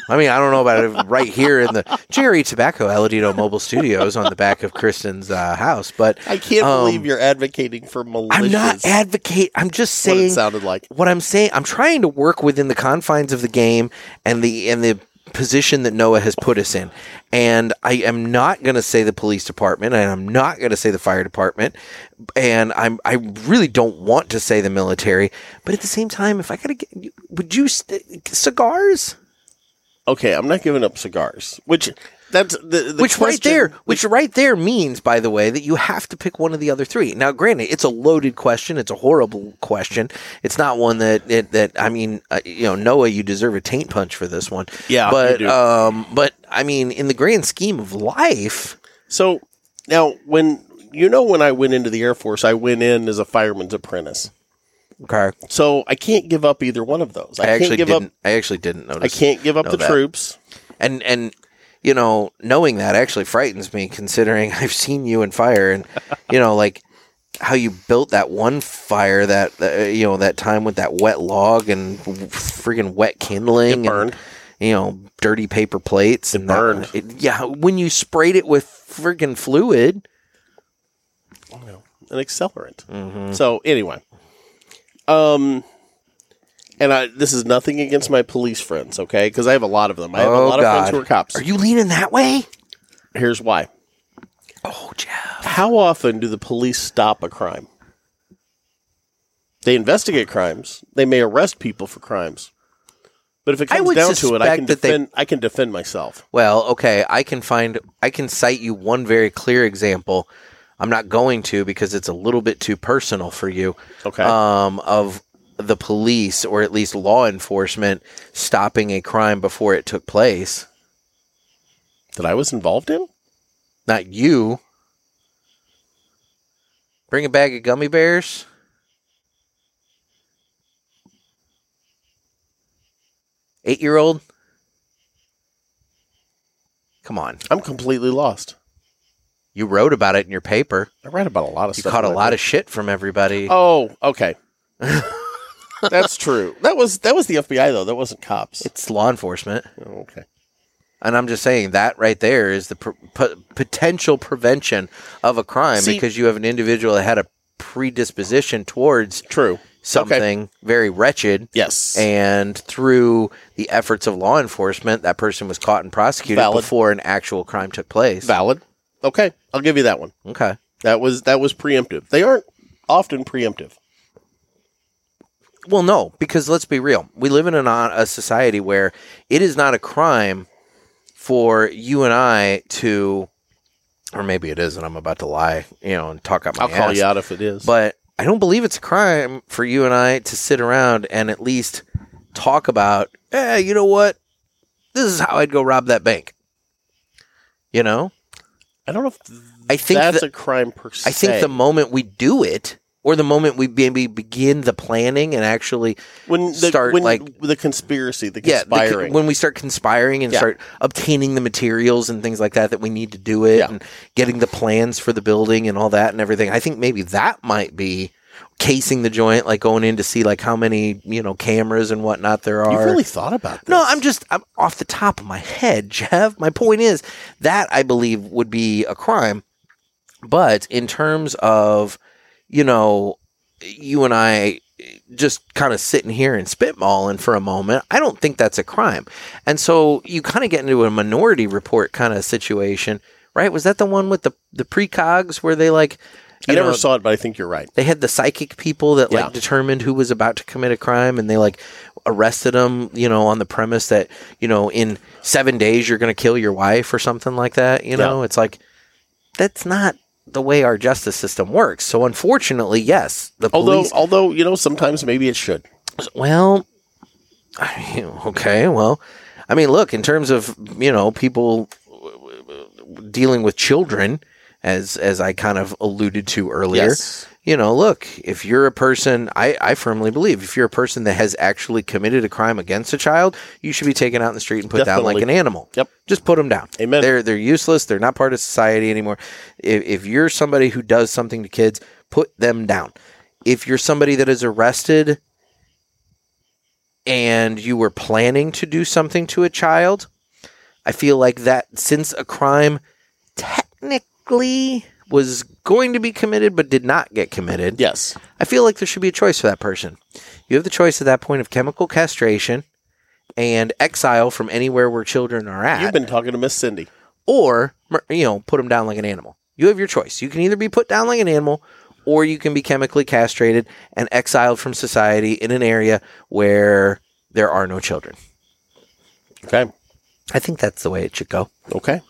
B: I mean, I don't know about it right here in the Jerry Tobacco Aladino Mobile Studios on the back of Kristen's uh, house, but
C: I can't
B: Um,
C: believe you're advocating for militias.
B: I'm not advocate. I'm just
C: what it
B: saying
C: sounded like.
B: what I'm saying. I'm trying to work within the confines of the game and the and the position that Noah has put us in. And I am not going to say the police department, and I'm not going to say the fire department, and I'm I really don't want to say the military. But at the same time, if I got to get, would you st- cigars?
C: Okay, I'm not giving up cigars, which that's the, the
B: which right
C: question-
B: there, which right there means, by the way, that you have to pick one of the other three. Now, granted, it's a loaded question. It's a horrible question. It's not one that that, that I mean, uh, you know, Noah, you deserve a taint punch for this one.
C: Yeah, you
B: but
C: do.
B: um, but I mean, in the grand scheme of life,
C: So now, when you know, when I went into the Air Force, I went in as a fireman's apprentice.
B: okay,
C: So I can't give up either one of those. I,
B: I,
C: can't
B: actually
C: give
B: didn't.
C: up.
B: I actually didn't
C: I
B: notice.
C: can't give up
B: know
C: the
B: that.
C: troops.
B: and and you know knowing that actually frightens me considering (laughs) i've seen you in fire and you know like how you built that one fire that uh, you know that time with that wet log and freaking wet kindling
C: It burned.
B: and, you know dirty paper plates and that-
C: burned.
B: it- yeah when you sprayed it with freaking fluid
C: an accelerant.
B: Mm-hmm.
C: So anyway, um, and I this is nothing against my police friends, okay? Because I have a lot of them. I have
B: Oh,
C: a lot of
B: God.
C: friends who are cops.
B: are you leaning that way
C: Here's why.
B: oh jeff
C: How often do the police stop a crime? They investigate crimes. They may arrest people for crimes. But if it
B: I
C: comes
B: would
C: down to it, I
B: suspect
C: can
B: that they-
C: defend. I can defend myself.
B: well okay i can find i can cite you one very clear example i'm not going to because it's a little bit too personal for you
C: Okay.
B: um, of the police or at least law enforcement stopping a crime before it took place.
C: that I was involved in.
B: Not you. Bring a bag of gummy bears. Eight year old. Come on.
C: I'm completely lost.
B: You wrote about it in your paper.
C: I read about a lot of
B: You
C: stuff.
B: caught a
C: when I
B: lot of shit from everybody.
C: Oh,
B: (laughs)
C: okay. That's true. That was that was the FBI though. That
B: (laughs)
C: wasn't cops.
B: It's law enforcement.
C: Oh, okay.
B: And I'm just saying that right there is the pr- p- potential prevention of a crime
C: See-
B: because you have an individual that had a predisposition towards
C: True.
B: something very wretched.
C: Yes.
B: And through the efforts of law enforcement, that person was caught and prosecuted
C: Valid.
B: before an actual crime took place.
C: valid. Okay, I'll give you that one.
B: Okay.
C: That was that was preemptive. They aren't often preemptive.
B: Well, no, because let's be real. We live in an, uh, a society where it is not a crime for you and I to, or maybe it is, and I'm about to lie, you know, and talk out my
C: I'll call
B: ass.
C: you out if it is.
B: but I don't believe it's a crime for you and I to sit around and at least talk about, eh, you know what? This is how I'd go rob that bank. You know,
C: I don't know if
B: I think
C: that's
B: the-
C: a crime per se.
B: I think the moment we do it, or the moment we maybe begin the planning and actually,
C: when the,
B: start,
C: when
B: like-
C: the conspiracy, the
B: yeah, the con-
C: conspiring.
B: when we start conspiring and
C: Yeah.
B: start obtaining the materials and things like that that we need to do it,
C: Yeah.
B: and getting the plans for the building and all that and everything. I think maybe that might be casing the joint, like going in to see like how many you know cameras and whatnot there are.
C: You've really thought about this.
B: No, I'm just I'm off the top of my head, (laughs) Jeff. My point is that I believe would be a crime. But in terms of, you know, you and I eh, just kind of sitting here and spitballing for a moment, I don't think that's a crime. And so you kind of get into a minority report kind of situation, right? Was that the one with the the precogs where they like
C: I
B: you
C: never
B: know,
C: saw it, but I think you're right.
B: they had the psychic people that like
C: Yeah.
B: determined who was about to commit a crime and they like arrested them you know on the premise that you know in seven days you're going to kill your wife or something like that you know it's like that's not the way our justice system works so unfortunately yes the
C: Although
B: police
C: although you know sometimes maybe it should.
B: well, I mean, (laughs) okay, well, I mean, look, in terms of you know people dealing with children, as as I kind of alluded to earlier,
C: Yes.
B: you know, look, if you're a person, I I firmly believe if you're a person that has actually committed a crime against a child, you should be taken out in the street and put down like
C: Definitely.
B: an animal.
C: Yep.
B: just put them down.
C: Amen.
B: They're they're useless. They're not part of society anymore. If, if you're somebody who does something to kids, put them down. If you're somebody that is arrested and you were planning to do something to a child, I feel like that since a crime technically was going to be committed but did not get committed,
C: Yes.
B: I feel like there should be a choice for that person. You have the choice at that point of chemical castration and exile from anywhere where children are at
C: You've been talking to Miss Cindy.
B: or mur- you know put them down like an animal you have your choice you can either be put down like an animal or you can be chemically castrated and exiled from society in an area where there are no children
C: Okay.
B: i think that's the way it should go
C: Okay.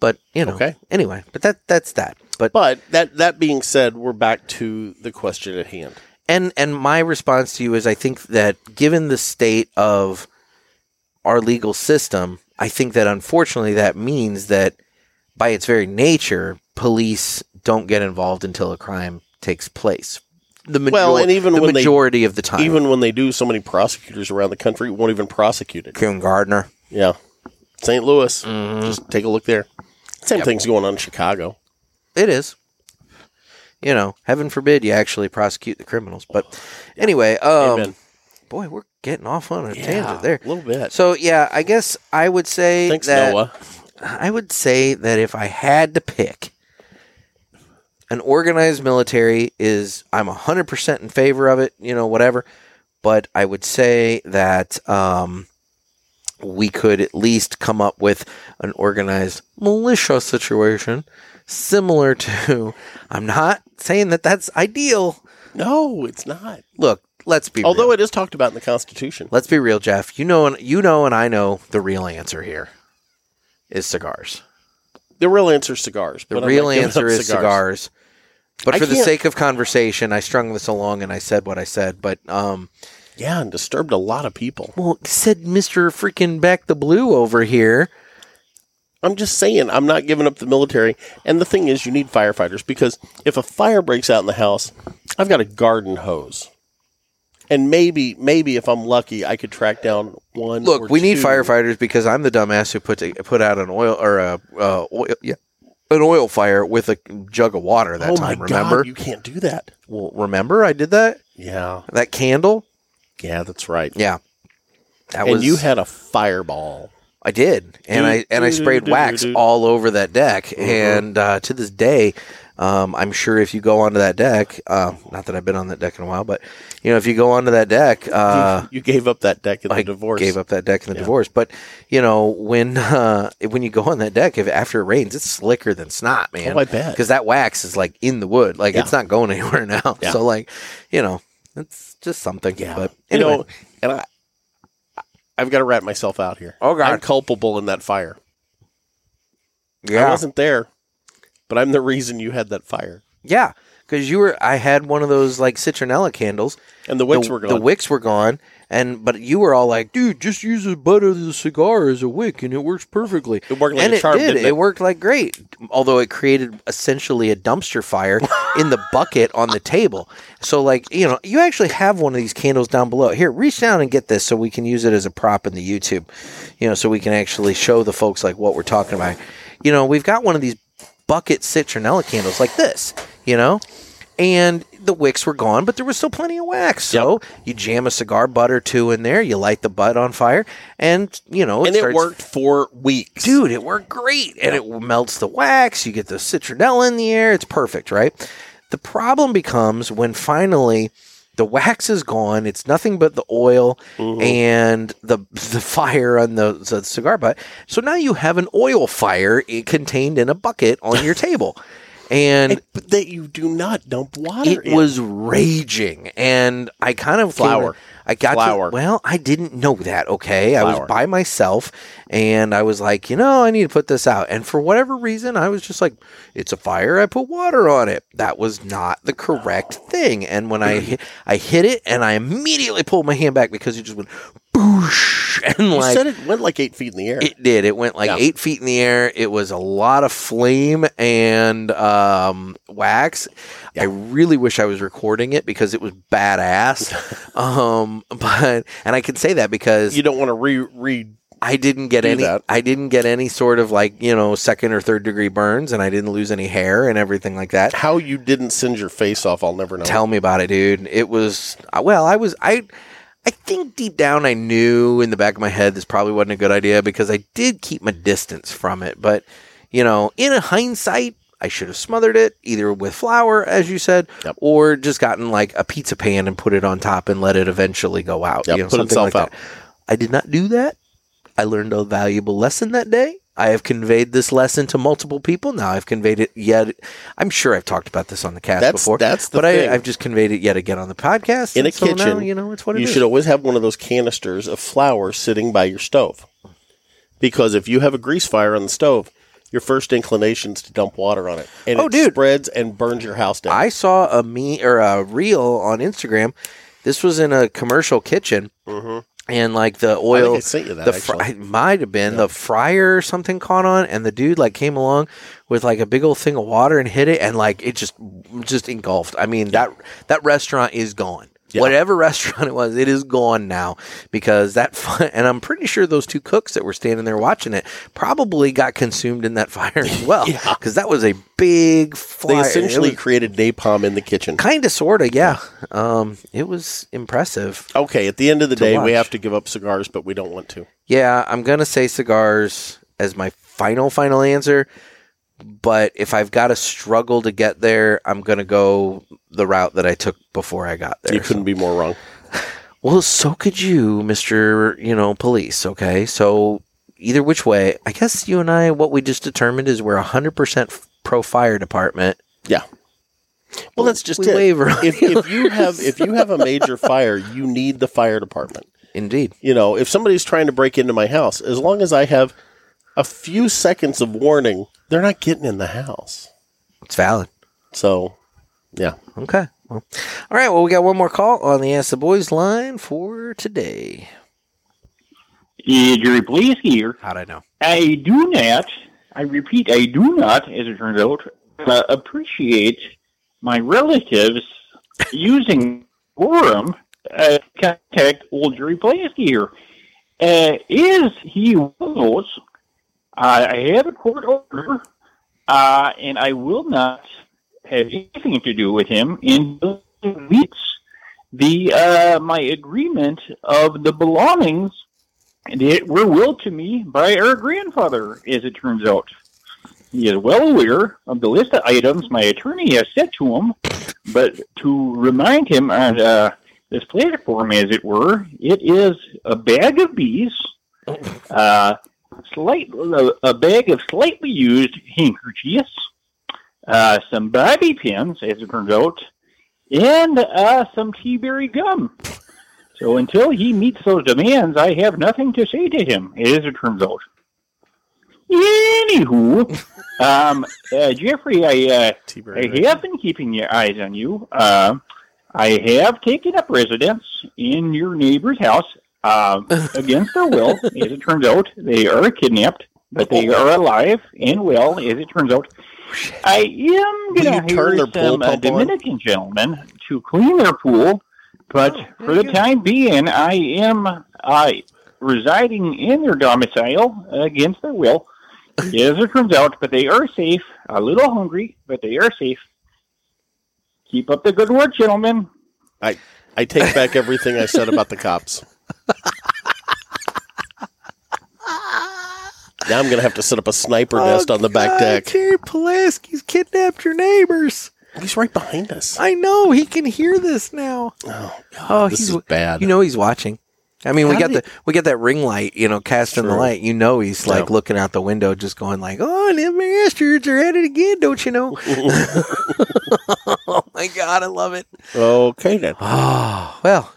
B: but you know
C: Okay.
B: anyway but that that's that but
C: But that that being said, we're back to the question at hand.
B: and and my response to you is I think that given the state of our legal system, I think that unfortunately that means that by its very nature, police don't get involved until a crime takes place. The major-
C: Well, and even
B: the
C: when they-
B: majority of the time,
C: Even when they do, so many prosecutors around the country won't even prosecute it.
B: Coon Gardner,
C: Yeah. St. Louis. Just take a look there. Same
B: Yep.
C: thing's going on in Chicago.
B: it is. You know, heaven forbid you actually prosecute the criminals. But anyway, um,
C: Amen.
B: boy, we're getting off on a tangent there.
C: A little bit.
B: So yeah, I guess I would say
C: Thanks,
B: that
C: Noah.
B: I would say that if I had to pick, an organized military is, I'm 100% in favor of it, you know, whatever. But I would say that um, we could at least come up with an organized militia situation similar to, (laughs) I'm not saying that that's ideal.
C: No, it's not.
B: Look, let's be
C: Although
B: real.
C: it is talked about in the Constitution.
B: let's be real, Jeff. You know, and you know, and I know the real answer here is cigars.
C: The real answer is cigars.
B: The
C: but I'm
B: real
C: not giving up
B: answer is cigars. But
C: I
B: for the
C: can't-
B: sake of conversation, I strung this along and I said what I said. But um,
C: Yeah, and disturbed a lot of people.
B: well, said Mister freaking back the blue over here.
C: I'm just saying, I'm not giving up the military. And the thing is, you need firefighters because if a fire breaks out in the house, I've got a garden hose. And maybe, maybe if I'm lucky, I could track down one. or
B: Look, we need
C: two.
B: firefighters because I'm the dumbass who put to, put out an oil or a uh, oil, yeah, an oil fire with a jug of water that
C: oh
B: time.
C: my
B: remember?
C: God, you can't do that.
B: well, remember I did that
C: Yeah,
B: that candle.
C: yeah, that's right.
B: Yeah, that
C: and
B: was
C: you had a fireball.
B: I did, and I and I sprayed wax all over that deck,
C: Uh-huh.
B: and uh, to this day, um, I'm sure if you go onto that deck, uh, not that I've been on that deck in a while, but you know if you go onto that deck,
C: (laughs)
B: uh,
C: you gave up that deck in the
B: I
C: divorce.
B: gave up that deck in the
C: Yeah.
B: divorce. But you know when (laughs) uh, when you go on that deck, if after it rains, it's slicker than snot, man.
C: Oh, I bet.
B: because that wax is like in the wood, like it's not going (laughs) anywhere now.
C: Yeah.
B: So like, you know, it's just something.
C: Yeah,
B: but anyway,
C: you know, and I, I've got to wrap myself out here.
B: Oh, God.
C: I'm culpable in that fire. I
B: yeah.
C: wasn't there, but I'm the reason you had that fire.
B: Yeah, because you were. I had one of those like citronella candles.
C: And the wicks were gone.
B: The wicks were gone, and but you were all like, "Dude, just use the butt of the cigar as a wick, and it works perfectly."
C: It worked like
B: and
C: a
B: it
C: charm,
B: did.
C: didn't
B: it?
C: it?
B: worked like great, although it created essentially a dumpster
C: (laughs)
B: fire in the bucket on the table. So, like, you know, you actually have one of these candles down below. Here, reach down and get this so we can use it as a prop in the YouTube. You know, so we can actually show the folks like what we're talking about. You know, we've got one of these bucket citronella candles like this. You know, and the wicks were gone, but there was still plenty of wax. So you jam a cigar butt or two in there, you light the butt on fire, and you know,
C: and it
B: starts-
C: worked for weeks.
B: Dude, it worked great. And it melts the wax. You get the citronella in the air. It's perfect, right? The problem becomes when finally the wax is gone. It's nothing but the oil
C: Mm-hmm.
B: and the the fire on the, the cigar butt. So now you have an oil fire i- contained in a bucket on your
C: (laughs)
B: table. And
C: And- but that you do not dump water
B: it
C: in.
B: was raging and i kind of came-
C: Flour.
B: i got
C: Flour.
B: to well i didn't know that okay i
C: Flour.
B: was by myself and i was like you know i need to put this out and for whatever reason i was just like it's a fire i put water on it that was not the correct thing and when i hit, i hit it and i immediately pulled my hand back because it just went boosh (laughs) and
C: You
B: like
C: said it went like eight feet in the air.
B: it did. It went like
C: Yeah.
B: eight feet in the air. It was a lot of flame and um, wax. I really wish I was recording it because it was
C: (laughs)
B: badass. um, but and I can say that because
C: you don't want to re re.
B: I didn't get
C: do
B: any.
C: that.
B: I didn't get any sort of like you know second or third degree burns, and I didn't lose any hair and everything like that.
C: How you didn't send your face off, I'll never know.
B: Tell me about it, dude. It was uh, well, I was I I think deep down I knew in the back of my head this probably wasn't a good idea because I did keep my distance from it, but you know, in hindsight, I should have smothered it either with flour as you said
C: Yep.
B: or just gotten like a pizza pan and put it on top and let it eventually go out,
C: Yep,
B: you know,
C: put
B: something
C: itself
B: like
C: out.
B: that. I did not do that. I learned a valuable lesson that day. I have conveyed this lesson to multiple people. Now I've conveyed it yet. I'm sure I've talked about this on the cast
C: That's-
B: before.
C: that's the
B: but I,
C: thing.
B: I've just conveyed it yet again on the podcast.
C: In a
B: and so now,
C: kitchen,
B: you know, it's what it
C: you
B: is.
C: should always have one of those canisters of flour sitting by your stove. Because if you have a grease fire on the stove, your first inclination is to dump water on it. And
B: Oh,
C: it
B: dude.
C: spreads and burns your house down.
B: I saw a me or a reel on Instagram. This was in a commercial kitchen, and like the
C: Mm-hmm. I
B: oil,
C: think I sent you that,
B: the fr-
C: actually.
B: it might have been the fryer or something caught on, and the dude like came along with like a big old thing of water and hit it, and like it just just engulfed. I mean that that restaurant is gone.
C: Yeah.
B: Whatever (laughs) restaurant it was, it is gone now because that (laughs) fire, and I'm pretty sure those two cooks that were standing there watching it probably got consumed in that fire as
C: (laughs)
B: well because that was a big fire.
C: they
B: It
C: essentially
B: was-
C: created napalm in the kitchen.
B: kind of sort of yeah um it was impressive
C: Okay, at the end of the
B: To
C: day,
B: watch.
C: we have to give up cigars, but we don't want to.
B: yeah i'm gonna say cigars as my final final answer but if i've got to struggle to get there i'm gonna go the route that i took before i got there
C: You couldn't be more wrong.
B: well so could you mr you know police okay so either which way i guess you and i what we just determined is we're 100% pro fire department
C: Yeah. Well, that's just
B: we
C: it.
B: waver on
C: If, if you have if you have a (laughs) major fire, you need the fire department.
B: indeed
C: You know, if somebody's trying to break into my house, as long as I have a few seconds of warning, they're not getting in the house.
B: it's valid
C: So, yeah.
B: Okay. Well, all right. Well, we got one more call on the Ask the Boys line for today.
I: Andrew Blaze here.
B: How'd I know?
I: I do not, I repeat, I do not, as it turns out, uh, appreciate my relatives using forum uh, contact old Jerry Blaze here. Uh, is he one of those? Uh, I have a court order, uh, and I will not have anything to do with him until he meets the uh, my agreement of the belongings it were willed to me by our grandfather, as it turns out. He is well aware of the list of items my attorney has sent to him, but to remind him on uh, this platform, as it were, it is a bag of bees, uh, slight, a bag of slightly used handkerchiefs, uh, some bobby pins, as it turns out, and uh, some tea berry gum. So until he meets those demands, I have nothing to say to him, as it turns out. Anywho, um, uh, Jeffrey, I uh, I have been keeping your eyes on you. Uh, I have taken up residence in your neighbor's house uh, against their will. As it turns out, they are kidnapped, but they are alive and well. As it turns out, I am
C: Will
I: going
C: you
I: to
C: turn
I: hire
C: their pool
I: some uh,
C: pump on?
I: Dominican gentlemen to clean their pool. But
C: Oh,
I: for the time being, I am uh, residing in their domicile against
C: (laughs)
I: their will. Yes, it turns out, but they are safe. A little hungry, but they are safe. Keep up the good work, gentlemen.
C: I I
B: (laughs)
C: take back everything I said about the cops. Now I'm gonna have to set up a sniper
B: Oh,
C: nest on the back deck.
B: Terry Pulaski's kidnapped your neighbors.
C: He's right behind us.
B: I know he can hear this now.
C: Oh, God,
B: Oh,
C: this
B: he's
C: is bad.
B: You know he's watching. I mean, we
C: How
B: got
C: did-
B: the we got that ring light, you know, casting the
C: True.
B: light. You know, he's like
C: Yeah.
B: looking out the window, just going like, "Oh, and them bastards are at it again, don't you
C: (laughs)
B: know?" (laughs) oh my god, I love
C: (sighs)
B: it.
C: okay, then
B: Oh well,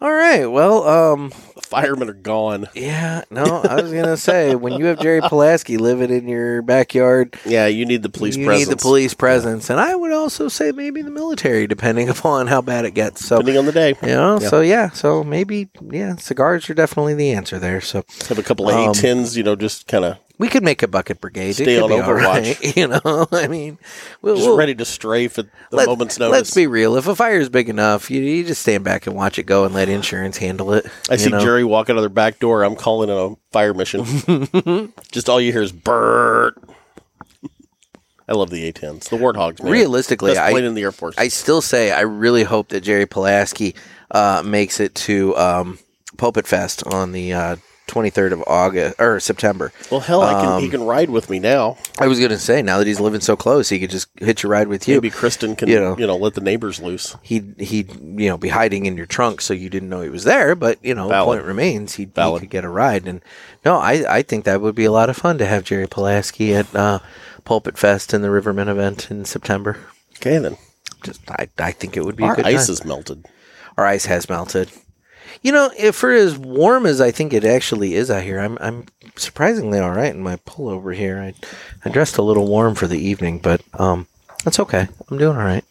B: all right. Well, um,
C: the firemen are gone.
B: Yeah, no, I was gonna say when you have Jerry Pulaski living in your backyard,
C: Yeah, you need the police
B: you
C: presence.
B: need the police presence, and I would also say maybe the military, depending (laughs) upon how bad it gets. So
C: depending on the day.
B: you know,
C: Yeah.
B: so yeah, so maybe yeah, cigars are definitely the answer there. So
C: Have a couple of
B: Um,
C: A10s, you know, just kind of
B: we could make a bucket brigade.
C: Stay
B: it could be
C: on Overwatch.
B: alright, (laughs) you know, I mean, we'll,
C: just
B: we'll-
C: ready to strafe at the
B: let-
C: moment's
B: Let's
C: notice.
B: be real. If a fire is big enough, you, you just stand back and watch it go and let insurance handle it.
C: I
B: you
C: see
B: know?
C: Jerry walk out of their back door. I'm calling in a fire mission.
B: (laughs)
C: just all you hear is "Burt." I love the A10s, the warthogs. Man.
B: Realistically,
C: Best
B: I-
C: plane in the Air Force.
B: I still say I really hope that Jerry Pulaski uh, makes it to um, Pulpit Fest on the uh, 23rd of August or September.
C: Well, hell, I
B: um,
C: can, he can ride with me now.
B: I was going to say now that he's living so close, he could just hitch a ride with you.
C: Maybe Kristen can,
B: you
C: you
B: know.
C: know, let the neighbors loose.
B: He'd he'd you know be hiding in your trunk so you didn't know he was there, but you know
C: Valid.
B: point remains he, he
C: Valid.
B: could get a ride. And no, I I think that would be a lot of fun to have Jerry Pulaski at uh, Pulpit Fest and the Rivermen event in September.
C: Okay, then.
B: Just I, I think it would be a
C: Our
B: good
C: ice
B: time.
C: is melted.
B: Our ice has melted. You know, if for as warm as I think it actually is out here, I'm I'm surprisingly all right in my pullover here. I I dressed a little warm for the evening, but um, that's okay. I'm doing all right.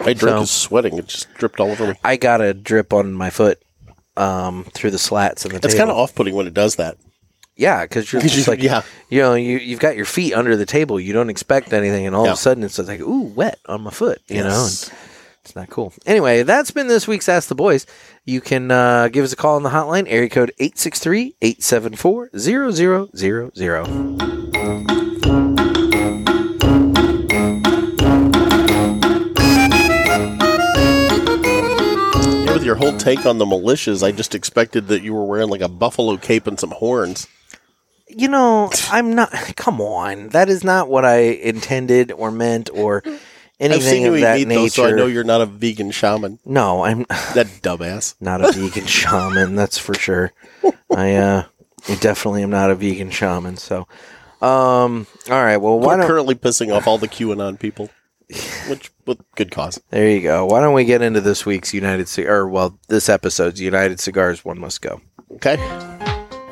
C: My drink
B: So-
C: is sweating. It just dripped all over me.
B: I got a drip on my foot, um, through the slats in the
C: It's
B: table.
C: kind of off-putting when it does
B: (laughs)
C: that.
B: yeah, because you're
C: (laughs) 'Cause
B: just
C: you-
B: like
C: yeah.
B: you know you you've got your feet under the table. You don't expect anything, and all
C: Yeah.
B: of a sudden it's just like ooh wet on my foot. You know, and
C: Yes.
B: It's not cool. Anyway, that's been this week's Ask the Boys. You can uh, give us a call on the hotline, area code 863 874 0000.
C: Yeah, with your whole take on the militias, I just expected that you were wearing like a buffalo cape and some horns.
B: You know, I'm not. (laughs) Come on. That is not what I intended or meant or anything
C: (laughs) I've seen you
B: of
C: eat
B: that
C: meat,
B: nature.
C: though, so I know you're not a vegan shaman.
B: no, I'm (laughs)
C: That dumbass.
B: not a
C: (laughs)
B: vegan shaman, that's for sure. I, uh, I definitely am not a vegan shaman. So, um, all right. Well, why
C: We're
B: don't.
C: currently pissing off all the QAnon people, which with good cause.
B: There you go. Why don't we get into this week's United Cig- or well, this episode's United Cigars One Must Go.
C: Okay,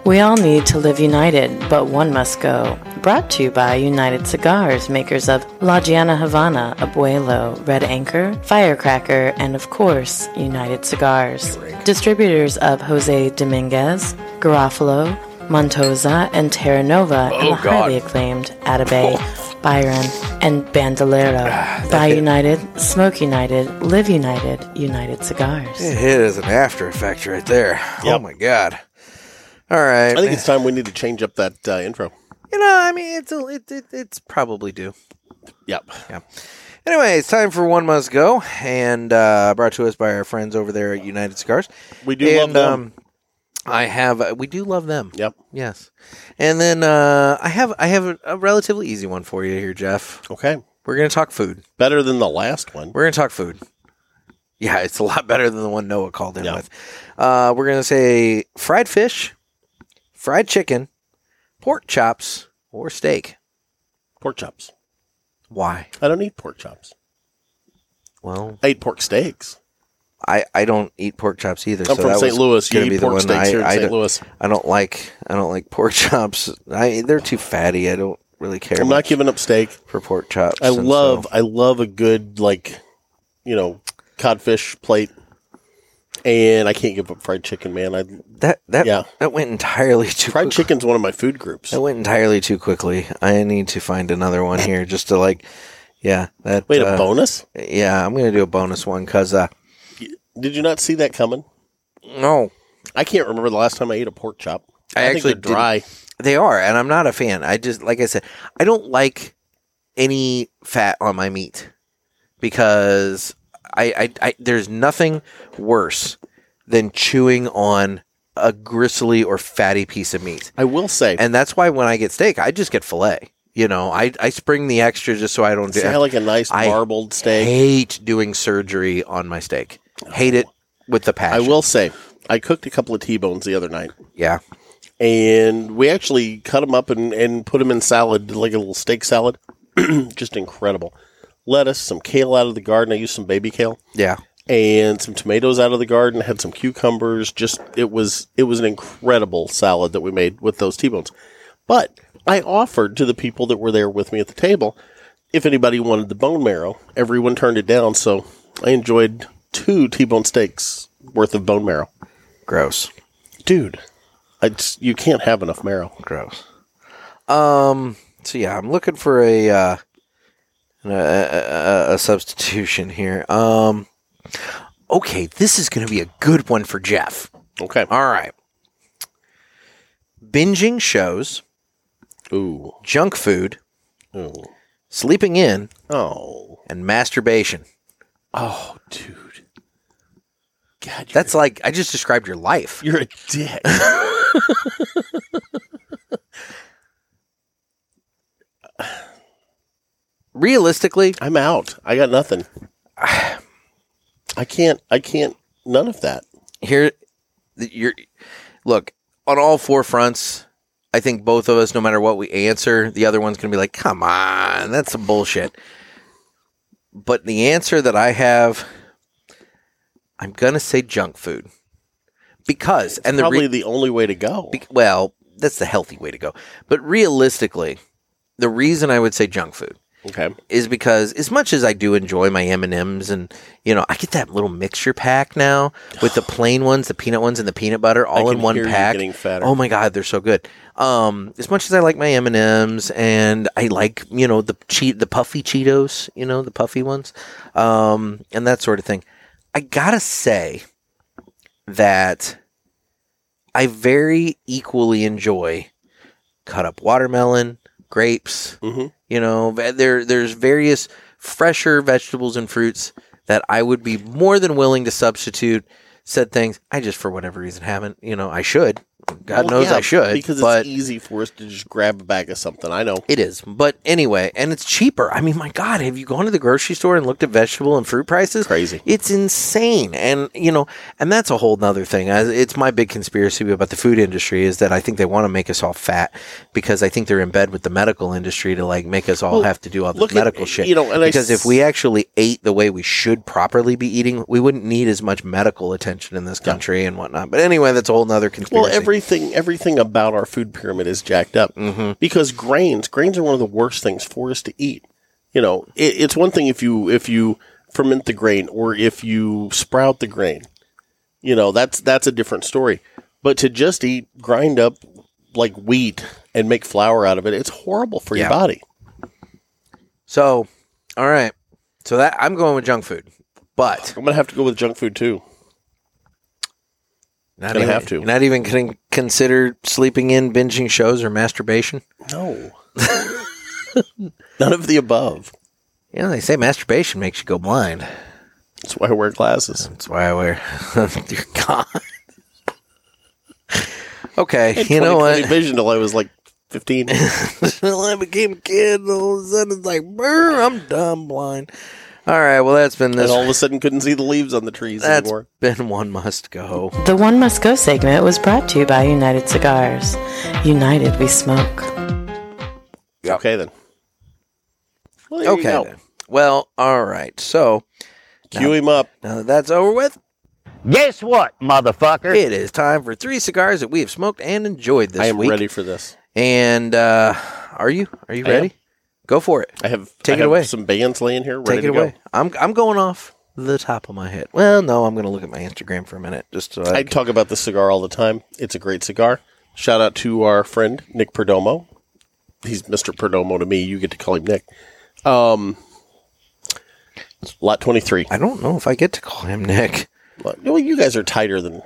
J: We all need to live united, but one must go. Brought to you by United Cigars, makers of La Giana Havana, Abuelo, Red Anchor, Firecracker, and of course, United Cigars. Distributors of Jose Dominguez, Garofalo, Montosa, and Terra Nova, and the highly acclaimed Atabay, Byron, and Bandolero. Buy United, Smoke United, Live United, United Cigars.
B: It is an after effect right there. Oh
C: Yep.
B: my god! All right,
C: I think it's time we need to change up that uh, intro.
B: you know, I mean, it's a, it, it, it's probably due.
C: Yep.
B: Anyway, it's time for one must go, and uh, brought to us by our friends over there at United Cigars.
C: We do love
B: And, um,
C: them.
B: I have uh, we do love them.
C: yep.
B: Yes, and then uh, I have I have a, a relatively easy one for you here, Jeff.
C: Okay.
B: We're gonna talk food.
C: Better than the last one.
B: We're gonna talk food. Yeah, it's a lot better than the one Noah called in
C: Yeah.
B: with. Uh, we're gonna say fried fish, fried chicken, pork chops, or steak.
C: Pork chops.
B: Why?
C: I don't eat pork chops.
B: Well,
C: I eat pork steaks.
B: I, I don't eat pork chops either. so
C: I'm from
B: that
C: St.
B: was
C: Louis. You
B: gonna be
C: eat
B: the
C: pork
B: one I,
C: steaks here in
B: I
C: St.
B: don't-
C: Louis.
B: I don't like I don't like pork (laughs) chops. I they're too fatty. I don't really care
C: I'm not
B: much
C: giving up steak.
B: for pork chops.
C: I
B: and so-
C: love I love a good like you know codfish plate, and I can't give up fried chicken, man. I
B: that. That
C: yeah.
B: that went entirely (laughs) too
C: fried
B: quickly.
C: chicken's one of my food groups.
B: That went entirely too quickly. I need to find another one here just to like. Yeah, that.
C: Wait,
B: uh,
C: a bonus?
B: Yeah, I'm gonna do a bonus one because uh
C: Did you not see that coming?
B: no,
C: I can't remember the last time I ate a pork chop.
B: I actually
C: think they're dry.
B: they are, and I'm not a fan. I just like I said, I don't like any fat on my meat because I, I, I there's nothing worse than chewing on a gristly or fatty piece of meat,
C: I will say,
B: and that's why when I get steak, I just get fillet. You know, I I spring the extra just so I don't do.
C: see, I like a nice
B: I
C: marbled steak.
B: hate doing surgery on my steak. Hate it with the
C: I
B: passion.
C: will say, I cooked a couple of T-bones the other night,
B: Yeah.
C: and we actually cut them up and, and put them in salad, like a little steak salad. (clears throat) Just incredible. Lettuce, some kale out of the garden. I used some baby kale
B: Yeah.
C: and some tomatoes out of the garden. Had some cucumbers. Just it was it was an incredible salad that we made with those T-bones. But I offered to the people that were there with me at the table if anybody wanted the bone marrow. Everyone turned it down, so I enjoyed two T-bone steaks worth of bone marrow
B: Gross.
C: dude, I just, you can't have enough marrow.
B: gross. Um. So yeah, I'm looking for a uh, a, a, a- a substitution here. Um. Okay, this is going to be a good one for Jeff.
C: Okay.
B: All right. Binging shows,
C: Ooh.
B: junk food,
C: Ooh.
B: sleeping in,
C: Oh.
B: and masturbation.
C: Oh, dude. God, you're,
B: That's like I just described your life.
C: (laughs) you're a dick.
B: Realistically,
C: I'm out. I got nothing. I can't. I can't. None of that.
B: here you're look on all four fronts i think both of us no matter what we answer the other one's going to be like come on that's some bullshit but the answer that i have i'm going to say junk food because and the
C: Probably
B: re-
C: the only way to go.
B: be- well that's the healthy way to go but realistically the reason i would say junk food
C: okay.
B: is because as much as I do enjoy my M and M's, and you know, I get that little mixture pack now with
C: (sighs)
B: the plain ones, the peanut ones, and the peanut butter all
C: I
B: in
C: can
B: one
C: hear you
B: pack.
C: getting fatter.
B: Oh my god, they're so good. Um, as much as I like my M and M's, and I like you know the che- the puffy Cheetos, you know the puffy ones, um, and that sort of thing. I gotta say that I very equally enjoy cut up watermelon, grapes.
C: Mhm.
B: You know, ve- there there's various fresher vegetables and fruits that I would be more than willing to substitute said things. I just for whatever reason haven't. You know, I should. God
C: Well,
B: knows
C: yeah,
B: I should,
C: because
B: but
C: it's easy for us to just grab a bag of something. I know.
B: it is. But anyway, and it's cheaper. I mean, my God, have you gone to the grocery store and looked at vegetable and fruit prices?
C: Crazy.
B: It's insane. And, you know, and that's a whole nother thing. I- It's my big conspiracy about the food industry is that I think they want to make us all fat because I think they're in bed with the medical industry to like make us all
C: Well,
B: have to do all this
C: look at-
B: medical shit.
C: you know, and I
B: because
C: s-
B: if we actually ate the way we should properly be eating, we wouldn't need as much medical attention in this country and whatnot. But anyway, that's a whole nother conspiracy.
C: Well, everything everything about our food pyramid is jacked up
B: Mm-hmm.
C: because grains grains are one of the worst things for us to eat. You know, it, it's one thing if you if you ferment the grain or if you sprout the grain. You know, that's that's a different story. But to just eat grind up like wheat and make flour out of it, it's horrible for
B: Yeah.
C: your body.
B: So, all right. So that I'm going with junk food, but
C: I'm gonna have to go with junk food too.
B: not
C: Gonna
B: even,
C: have to.
B: Not even con- consider sleeping in, binging shows, or masturbation.
C: No. (laughs) None of the above.
B: Yeah, they say masturbation makes you go blind.
C: That's why I wear glasses.
B: That's why I wear. (laughs) Dear God. Okay,
C: had
B: you know
C: 20/20
B: what?
C: Vision till I was like
B: (laughs)
C: 15.
B: Until I became a kid, and all of a sudden it's like, brr, I'm dumb, blind. All right, well, that's been
C: and
B: this.
C: all of a sudden couldn't see the leaves on the
B: (laughs)
C: trees
B: That's
C: anymore.
B: been one must go.
J: The One Must Go segment was brought to you by United Cigars. United, we smoke.
C: Okay then. Well, there you
B: Okay.
C: go.
B: then. Well, all right. So
C: Cue him up.
B: now that that's over with,
K: Guess what, motherfucker?
B: It is time for three cigars that we have smoked and enjoyed this
C: I am
B: week.
C: ready for this.
B: And uh, are you? Are you
C: I am.
B: ready? Go for it.
C: I have
B: Take
C: I
B: it
C: have
B: away.
C: Some bands laying here ready
B: Take it
C: to
B: away.
C: go.
B: I'm I'm going off the top of my head. Well, no, I'm going to look at my Instagram for a minute just so I,
C: I
B: can-
C: talk about this cigar all the time. It's a great cigar. Shout out to our friend Nick Perdomo. He's Mr. Perdomo to me. You get to call him Nick. Um, lot twenty three.
B: I don't know if I get to call him Nick.
C: Well, you guys are tighter than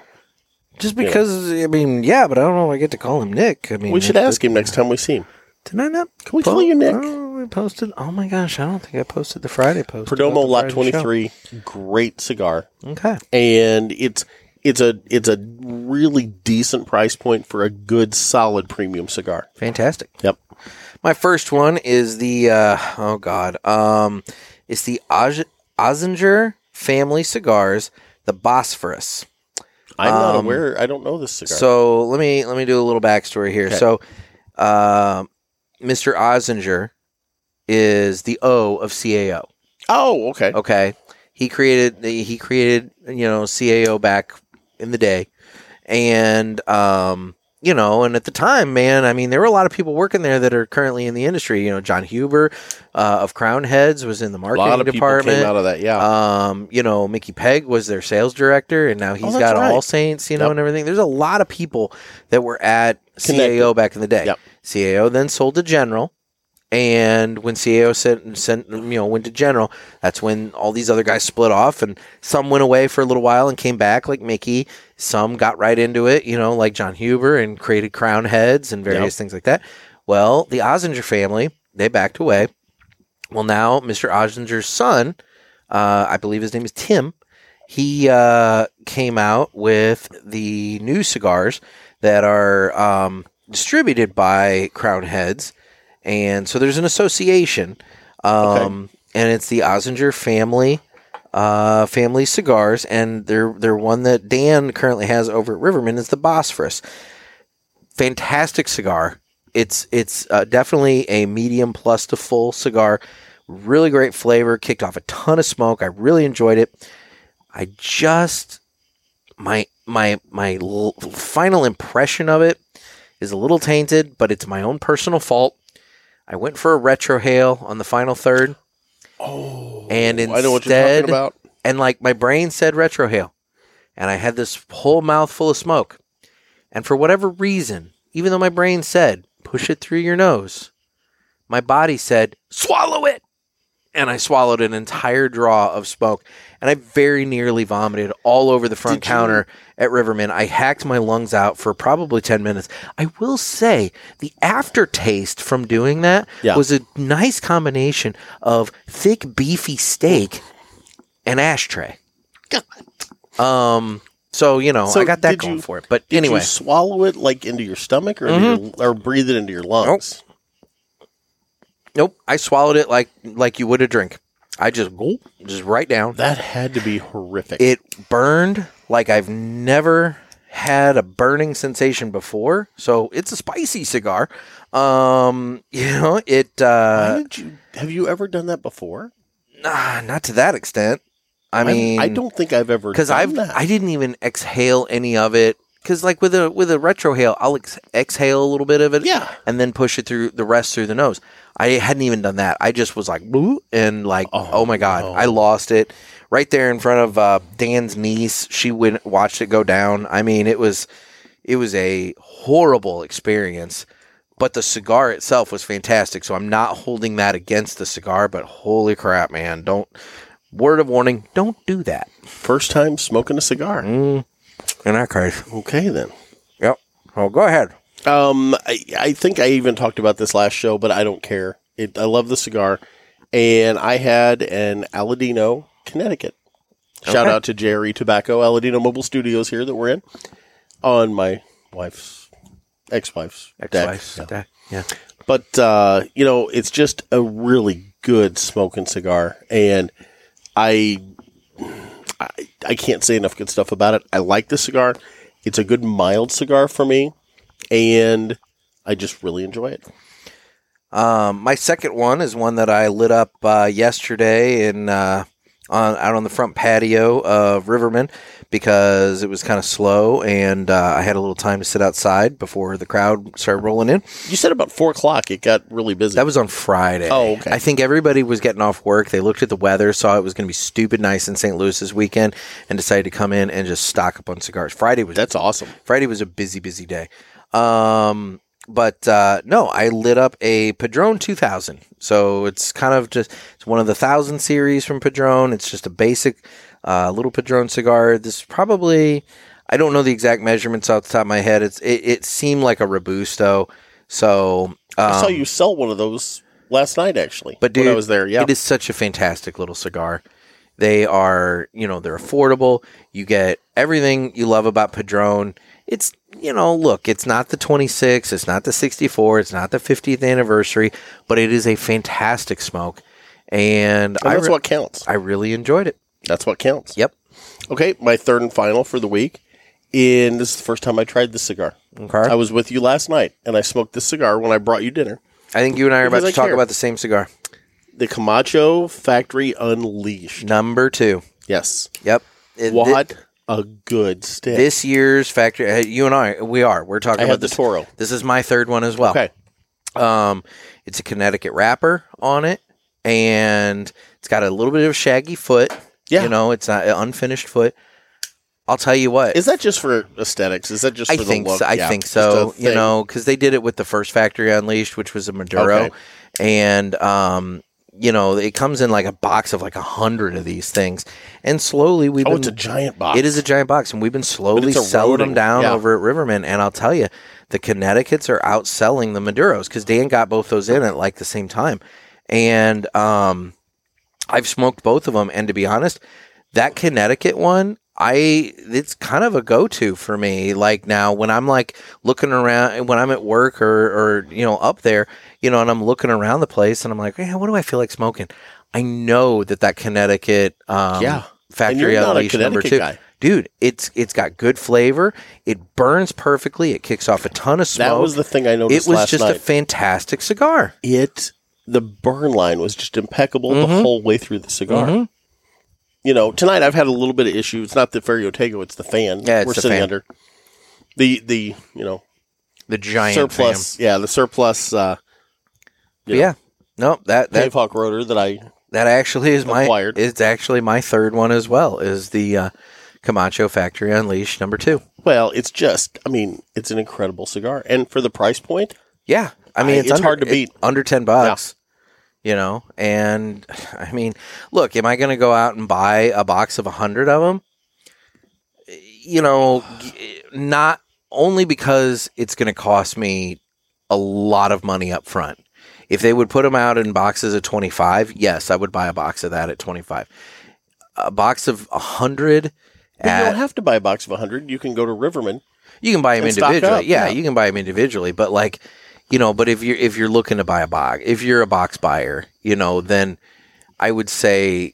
B: Just because I mean, yeah, but I don't know if I get to call him Nick. I mean,
C: we should ask him next time we see him.
B: Did I not?
C: Can we call you Nick?
B: Oh, we posted. Oh my gosh, I don't think I posted the Friday post. about
C: Perdomo
B: the
C: Lot
B: Friday
C: Twenty
B: show.
C: Three, great cigar.
B: Okay.
C: and it's it's a it's a really decent price point for a good solid premium cigar.
B: Fantastic.
C: Yep.
B: My first one is the uh, oh god, um, it's the Oz- Ozinger Family Cigars, the Bosphorus.
C: I'm not
B: Um,
C: aware. I don't know this cigar.
B: So let me let me do a little backstory here.
C: Okay.
B: So, uh, Mr. Ozinger is the O of CAO.
C: oh, okay.
B: Okay, he created he created you know CAO back in the day, and um, you know, and at the time, man, I mean, there were a lot of people working there that are currently in the industry. You know, John Huber uh, of Crown Heads was in the
C: A
B: marketing
C: lot of people
B: department.
C: came out of that. Yeah.
B: Um, you know, Mickey Pegg was their sales director, and now he's
C: Oh, that's
B: got
C: right.
B: All Saints, you know,
C: Yep.
B: and everything. There's a lot of people that were at CAO back in the day.
C: Yep.
B: CAO then sold to General, and when CAO sent, sent you know went to General, that's when all these other guys split off, and some went away for a little while and came back, like Mickey. Some got right into it, you know, like John Huber, and created Crown Heads and various
C: Yep.
B: things like that. Well, the Ozinger family they backed away. Well, now Mr. Ozinger's son, uh, I believe his name is Tim, He uh, came out with the new cigars that are um, distributed by Crown Heads, and so there's an association, um, and it's the Ozinger family. Uh, family cigars, and they're they're one that Dan currently has over at Riverman is the Bosphorus fantastic cigar. It's it's uh, definitely a medium plus to full cigar. Really great flavor. Kicked off a ton of smoke. I really enjoyed it. I just my my my l- final impression of it is a little tainted, but it's my own personal fault. I went for a retrohale on the final third. Oh, and instead,
C: I know what you're talking about.
B: And like my brain said retrohale, and I had this whole mouthful of smoke. And for whatever reason, even though my brain said, push it through your nose, my body said, swallow it. And I swallowed an entire draw of smoke. And I very nearly vomited all over the front counter at Riverman. I hacked my lungs out for probably 10 minutes. I will say the aftertaste from doing that
C: Yeah.
B: was a nice combination of thick, beefy steak and ashtray. Um, so, you know,
C: So
B: I got that
C: did
B: going
C: you-
B: for it. But
C: Did
B: anyway. Mm-hmm.
C: you swallow it like into your stomach or, into your, or breathe it into your lungs?
B: Nope, I swallowed it like like you would a drink. I just gulp, just right down.
C: That had to be horrific.
B: It burned like I've never had a burning sensation before. So it's a spicy cigar. Um, (laughs) you know, it
C: Why
B: uh
C: did you, have you ever done that before?
B: nah, not to that extent. I
C: I'm-
B: mean,
C: I don't think I've ever
B: because
C: done
B: I've
C: that.
B: I didn't even exhale any of it. Because like with a with a retrohale, I'll ex- exhale a little bit of it,
C: Yeah.
B: and then push it through the rest through the nose. I hadn't even done that. I just was like boo and like oh, my god, I lost it right there in front of uh, Dan's niece. She went watched it go down. I mean, it was it was a horrible experience. But the cigar itself was fantastic, so I'm not holding that against the cigar. But holy crap, man! Don't word of warning, don't do that.
C: First time smoking a cigar.
B: Mm. In that case.
C: Okay, then.
B: Yep. Well, go ahead.
C: Um, I, I think I even talked about this last show, but I don't care. It, I love the cigar, and I had an Aladino, Connecticut. Shout
B: Okay.
C: out to Jerry Tobacco, Aladino Mobile Studios here that we're in on my wife's ex-wife's deck.
B: Ex-wife's
C: Yeah.
B: deck, Yeah.
C: But uh, you know, it's just a really good smoking cigar, and I, I I can't say enough good stuff about it. I like the cigar. It's a good mild cigar for me, and I just really enjoy it.
B: Um, my second one is one that I lit up uh, yesterday in uh, on out on the front patio of Riverman because it was kind of slow and uh, I had a little time to sit outside before the crowd started rolling in.
C: You said about four o'clock. It got really busy.
B: That was on Friday.
C: Oh, okay.
B: I think everybody was getting off work. They looked at the weather, saw it was going to be stupid nice in St. Louis this weekend, and decided to come in and just stock up on cigars. Friday was
C: That's awesome.
B: Friday was a busy, busy day. Um, but uh, no, I lit up a Padron 2000. So it's kind of just it's one of the thousand series from Padron. It's just a basic uh, little Padron cigar. This is probably I don't know the exact measurements off the top of my head. It's it, it seemed like a robusto. So um,
C: I saw you sell one of those last night, actually.
B: but dude,
C: when I was there, yeah,
B: it is such a fantastic little cigar. They are, you know, they're affordable. You get everything you love about Padron. It's, you know, look, it's not the 26, it's not the 64, it's not the 50th anniversary, but it is a fantastic smoke, and,
C: and
B: I
C: that's
B: re-
C: what counts.
B: I really enjoyed it.
C: That's what counts.
B: Yep.
C: Okay, my third and final for the week, and this is the first time I tried this cigar.
B: Okay.
C: I was with you last night, and I smoked this cigar when I brought you dinner.
B: I think you and I are about
C: Because
B: to
C: I
B: talk
C: care.
B: about the same cigar.
C: The Camacho Factory Unleashed.
B: Number two.
C: Yes.
B: Yep. It- thi-
C: What a good stick.
B: This year's factory. uh, You and I, we are. We're talking
C: I
B: about
C: had the
B: this.
C: Toro.
B: This is my third one as well.
C: Okay.
B: Um, it's a Connecticut wrapper on it, and it's got a little bit of shaggy foot.
C: Yeah.
B: you know, it's not an unfinished foot. I'll tell you what.
C: Is that just for aesthetics? Is that just
B: I
C: for
B: think
C: the look?
B: so, I
C: Yeah,
B: think
C: just
B: so.
C: a
B: You
C: thing.
B: know, because they did it with the first Factory Unleashed, which was a Maduro,
C: Okay.
B: and um, you know, it comes in like a box of like a hundred of these things, and slowly we've
C: Oh,
B: been
C: it's a giant box.
B: it is a giant box, and we've been slowly
C: it's
B: selling them
C: eroding.
B: down
C: Yeah.
B: over at Riverman. And I'll tell you, the Connecticut's are outselling the Maduros because Dan got both those in at like the same time, and um, I've smoked both of them. And to be honest, that Connecticut one, I it's kind of a go to for me. Like now when I'm like looking around when I'm at work or or you know up there, you know, and I'm looking around the place and I'm like, man, what do I feel like smoking? I know that that Connecticut um,
C: Yeah. And you're
B: factory
C: not a
B: unleashed number
C: Connecticut
B: two.
C: guy.
B: Dude, it's it's got good flavor. It burns perfectly. It kicks off a ton of smoke.
C: That was the thing I noticed
B: It was
C: last
B: just a
C: night.
B: fantastic cigar.
C: It the burn line was just impeccable the
B: Mhm.
C: whole way through the cigar.
B: Mhm.
C: You know, tonight I've had a little bit of issue. It's not the Ferriotego, it's the fan
B: Yeah, it's
C: we're
B: the
C: sitting
B: fan.
C: under. The the you know
B: The giant
C: surplus.
B: fam.
C: Yeah, the surplus. Uh,
B: But Yeah. No, that that
C: Dave Hawk rotor that I
B: that actually is my
C: Acquired.
B: it's actually my third one as well is the uh, Camacho Factory Unleashed number two.
C: well, it's just I mean, it's an incredible cigar, and for the price point,
B: Yeah, I mean
C: I-
B: it's,
C: it's
B: under-
C: hard to
B: it-
C: beat.
B: under ten bucks. You know, and (sighs) I mean, look, am I going to go out and buy a box of a hundred of them? You know, (sighs) g- not only because it's going to cost me a lot of money up front. If they would put them out in boxes of twenty five, yes, I would buy a box of that at twenty five. A box of a hundred.
C: but you
B: at-
C: don't have to buy a box of hundred. You can go to Riverman.
B: You can buy them
C: And stock
B: individually.
C: up,
B: yeah,
C: yeah.
B: you can buy them individually, but like, you know, but if you're if you're looking to buy a box, if you're a box buyer, you know, then I would say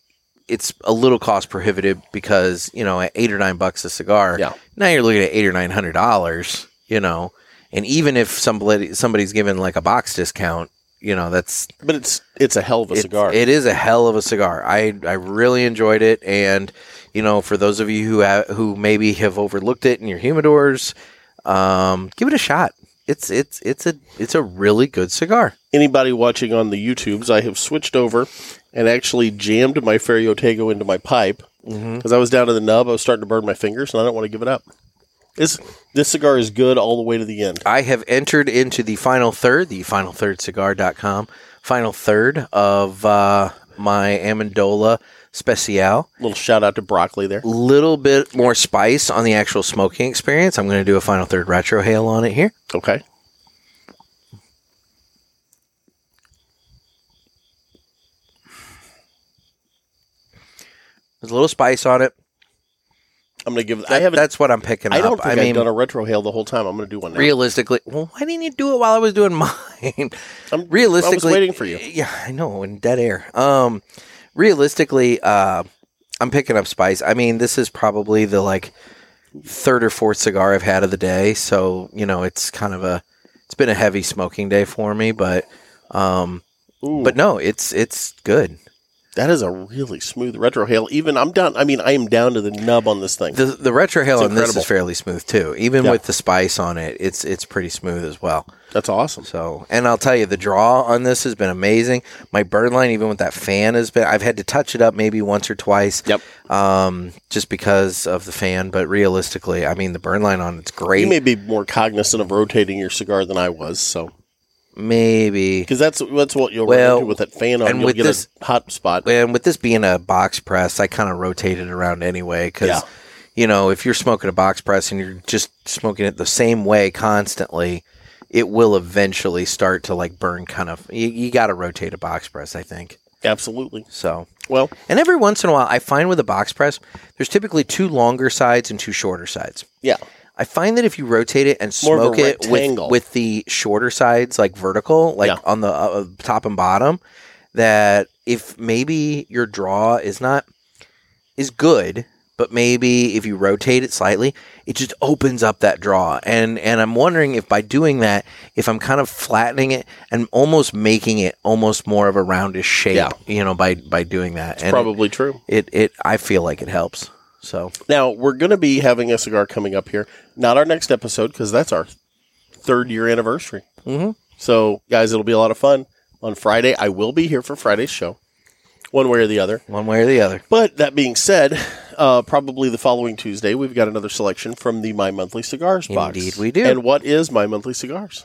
B: it's a little cost prohibitive because you know at eight or nine bucks a cigar,
C: Yeah.
B: now you're looking at eight or nine hundred dollars, you know, and even if somebody somebody's given like a box discount, you know, that's
C: But it's it's a hell of a
B: it's-
C: cigar.
B: It is a hell of a cigar. I I really enjoyed it, and you know, for those of you who ha- who maybe have overlooked it in your humidors, um, give it a shot. It's it's it's a it's a really good cigar.
C: Anybody watching on the YouTubes, I have switched over and actually jammed my Ferriotego into my pipe because
B: Mm-hmm.
C: I was down to the nub. I was starting to burn my fingers, and I don't want to give it up. This this cigar is good all the way to the end.
B: I have entered into the final third, the final third cigar.com, final third of uh, my Amendola Special.
C: Little shout out to broccoli there.
B: Little bit more spice on the actual smoking experience. I'm going to do a final third retro hail on it here.
C: Okay,
B: There's a little spice on it.
C: I'm gonna give. I
B: That-
C: haven't.
B: that's what I'm picking
C: I
B: up.
C: don't think I
B: I mean,
C: have done a retrohale the whole time. I'm gonna do one now.
B: realistically, well, why didn't you do it while I was doing (laughs) mine?
C: I'm
B: realistically,
C: I was waiting for you.
B: Yeah, I know, in dead air. Um, realistically, uh, I'm picking up spice. I mean, this is probably the like third or fourth cigar I've had of the day, so you know, it's kind of a, it's been a heavy smoking day for me, but, um,
C: Ooh,
B: but no, it's it's good.
C: that is a really smooth retrohale. Even I'm down. I mean, I am down to the nub on this thing.
B: The the retro hail
C: It's
B: on this
C: incredible.
B: is fairly smooth too, even
C: Yeah.
B: with the spice on it. It's it's pretty smooth as well.
C: That's awesome.
B: So, and I'll tell you, the draw on this has been amazing. My burn line, even with that fan, has been. I've had to touch it up maybe once or twice.
C: Yep.
B: Um, just because of the fan, but realistically, I mean, the burn line on it's
C: You
B: great.
C: may be more cognizant of rotating your cigar than I was, so
B: maybe.
C: because that's that's what you'll run
B: Well,
C: into with that fan on.
B: and
C: You'll
B: with
C: get
B: this-
C: a hot spot.
B: And with this being a box press, I kind of rotate it around anyway because.
C: Yeah.
B: You know, if you're smoking a box press and you're just smoking it the same way constantly, it will eventually start to like burn kind of. You, you got to rotate a box press, I think.
C: Absolutely.
B: So,
C: Well,
B: And every once in a while, I find with a box press, there's typically two longer sides and two shorter sides.
C: yeah,
B: I find that if you rotate it and
C: More of a
B: smoke it with,
C: rectangle.
B: with the shorter sides, like vertical, like
C: Yeah.
B: on the uh, top and bottom, that if maybe your draw is not is good, but maybe if you rotate it slightly, it just opens up that draw. And and I'm wondering if by doing that, if I'm kind of flattening it and almost making it almost more of a roundish shape,
C: Yeah.
B: you know, by by doing that. and
C: probably true.
B: it it I feel like it helps. So
C: Now we're going to be having a cigar coming up here. Not our next episode because that's our third year anniversary.
B: Mhm.
C: So guys, it'll be a lot of fun on Friday. I will be here for Friday's show, one way or the other.
B: one way or the other.
C: But that being said, uh, probably the following Tuesday we've got another selection from the My Monthly Cigars box.
B: Indeed we do.
C: And what is My Monthly Cigars?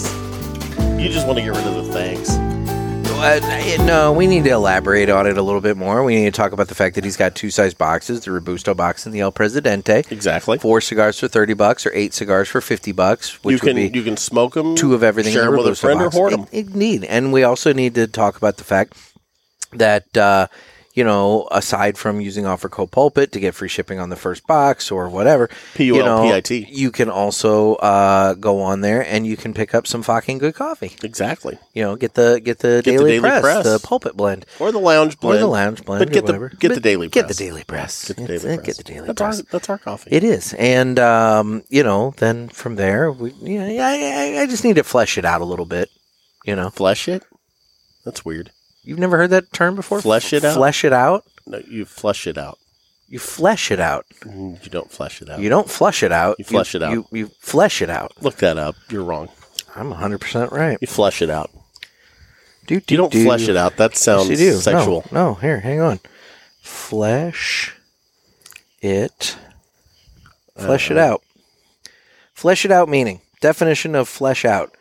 C: You just want to get rid of the thanks.
B: Uh, no, we need to elaborate on it a little bit more. We need to talk about the fact that he's got two size boxes, the Robusto box and the El Presidente.
C: Exactly.
B: Four cigars for 30 bucks or eight cigars for 50 bucks, which
C: you can
B: would be
C: you can smoke them.
B: two of everything.
C: Share
B: in
C: 'em with a
B: Robusto
C: friend
B: box.
C: or hoard
B: It-
C: 'em.
B: it need. And we also need to talk about the fact that uh, you know, aside from using offer code pulpit to get free shipping on the first box or whatever, you know,
C: P-U-L-P-I-T.
B: you can also uh, go on there and you can pick up some fucking good coffee.
C: Exactly.
B: You know, get the get the,
C: Get the
B: daily,
C: Daily
B: press,
C: Press.
B: the pulpit blend,
C: Or the lounge blend.
B: or the lounge blend,
C: But get
B: or
C: the
B: whatever.
C: get the
B: But
C: daily
B: Get
C: press.
B: the daily press.
C: Get the
B: It's-
C: daily
B: uh,
C: press.
B: Get the daily
C: that's
B: press.
C: Our, that's our coffee.
B: It is, and um, you know, then from there, we, yeah, I, I- I just need to flesh it out a little bit. You know,
C: Flesh it. That's weird.
B: you've never heard that term before.
C: Flesh it out?
B: Flesh it out.
C: No, you flush it out.
B: You flesh it out.
C: Mm, You don't flesh it out.
B: You don't flush it out.
C: You flesh it out.
B: You, you flesh it out.
C: Look that up. You're wrong.
B: I'm 100 percent right.
C: You flush it out.
B: Do, do,
C: You don't
B: do.
C: flesh it out. That sounds
B: Yes, you do. No,
C: Um, sexual.
B: No, here, hang on. Flesh it. Flesh it out. Flesh it out meaning. Definition of flesh out.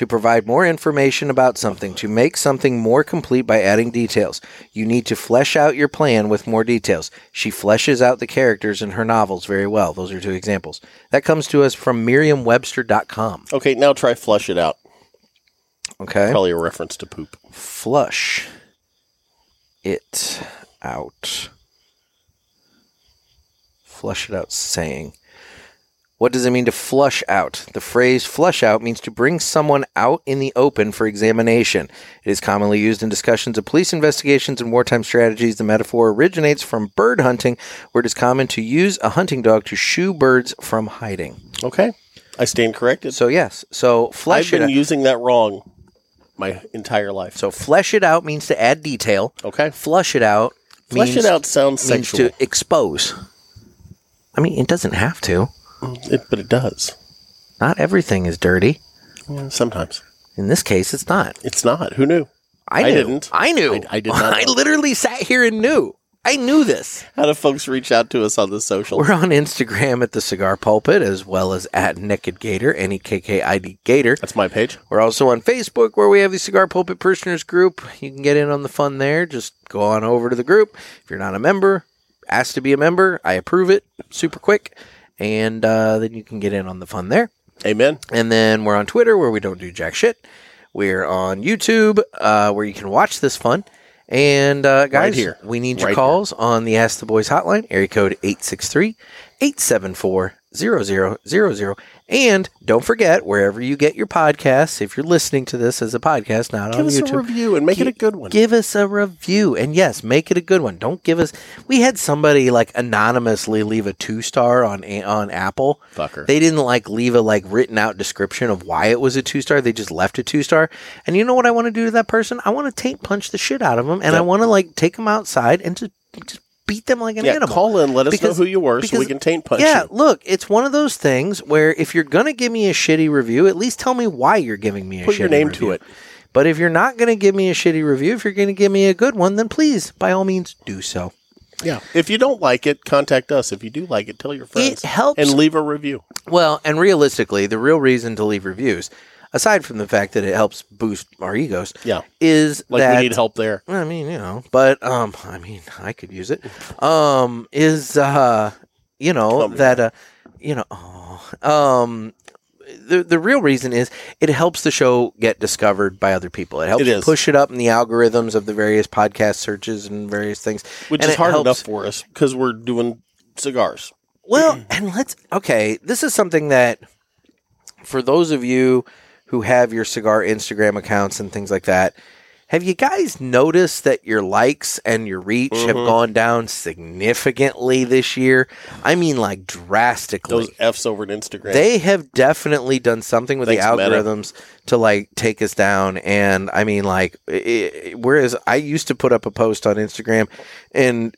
B: To provide more information about something, to make something more complete by adding details. You need to flesh out your plan with more details. She fleshes out the characters in her novels very well. Those are two examples. That comes to us from merriam-webster.com.
C: Okay, now try flush it out.
B: Okay.
C: Probably a reference to poop.
B: flush it out. Flush it out saying. What does it mean to flush out? The phrase flush out means to bring someone out in the open for examination. It is commonly used in discussions of police investigations and wartime strategies. The metaphor originates from bird hunting, where it is common to use a hunting dog to shoo birds from hiding.
C: Okay, I stand corrected.
B: So, yes. So, flush
C: I've
B: it
C: been
B: out.
C: using that wrong my entire life.
B: so, flesh it out means to add detail.
C: okay,
B: flush it out.
C: flush
B: means-
C: it out sounds
B: means
C: sexual,
B: to expose. I mean, it doesn't have to.
C: It- but it does
B: Not everything is dirty.
C: Yeah, sometimes.
B: In this case, it's not.
C: It's not. Who knew?
B: I,
C: I
B: knew.
C: didn't.
B: I knew.
C: I- I
B: (laughs)
C: did not
B: I
C: know.
B: literally sat here and knew. I knew this.
C: How do folks reach out to us on the social?
B: We're on Instagram at the Cigar Pulpit as well as at Naked Gator, N E K K I D Gator.
C: That's my page.
B: We're also on Facebook where we have the Cigar Pulpit Parishioners group. You can get in on the fun there. Just go on over to the group. If you're not a member, ask to be a member. I approve it super quick. And uh, then you can get in on the fun there.
C: Amen.
B: And then we're on Twitter where we don't do jack shit. We're on YouTube uh, where you can watch this fun. And uh, guys,
C: here.
B: we need your
C: Right
B: calls on the Ask the Boys hotline, area code 863 874 0000. And don't forget, wherever you get your podcasts, if you're listening to this as a podcast, not
C: Give
B: on
C: us
B: YouTube,
C: a review and make it a good one.
B: Give us a review. And yes, make it a good one. Don't give us. We had somebody like anonymously leave a two star on, A- on Apple.
C: Fucker.
B: They didn't like leave a like written out description of why it was a two star. They just left a two star. And you know what I want to do to that person? I want to tape punch the shit out of them, and I
C: Yep.
B: want to like take them outside and just just beat them like an
C: yeah,
B: animal.
C: call in. Let us
B: Because-
C: know who you were, so we
B: because-
C: can taint punch
B: yeah,
C: you.
B: look, it's one of those things where if you're gonna give me a shitty review, at least tell me why you're giving me a
C: Put
B: shitty
C: your name
B: review.
C: to it.
B: But if you're not gonna give me a shitty review, if you're gonna give me a good one, then please, by all means, do so.
C: Yeah. If you don't like it, contact us. If you do like it, tell your friends.
B: helps-
C: and leave a review.
B: Well, and realistically, the real reason to leave reviews, aside from the fact that it helps boost our egos,
C: Yeah.
B: is
C: Like
B: that
C: we need help there.
B: I mean, you know, but um, I mean, I could use it. Um, is uh, you know
C: Come here.
B: that uh, you know, oh, um, the the real reason is it helps the show get discovered by other people. It helps
C: It is.
B: push it up in the algorithms of the various podcast searches and various things,
C: which
B: and
C: is
B: it
C: hard
B: helps-
C: enough for us because we're doing cigars.
B: Well, and let's okay. This is something that for those of you who have your cigar Instagram accounts and things like that, have you guys noticed that your likes and your reach have
C: Mm-hmm.
B: gone down significantly this year? I mean, like drastically.
C: Those F's over at Instagram.
B: they have definitely done something with the
C: Thanks, Meta.
B: algorithms to like take us down. And I mean, like, i i whereas I used to put up a post on Instagram and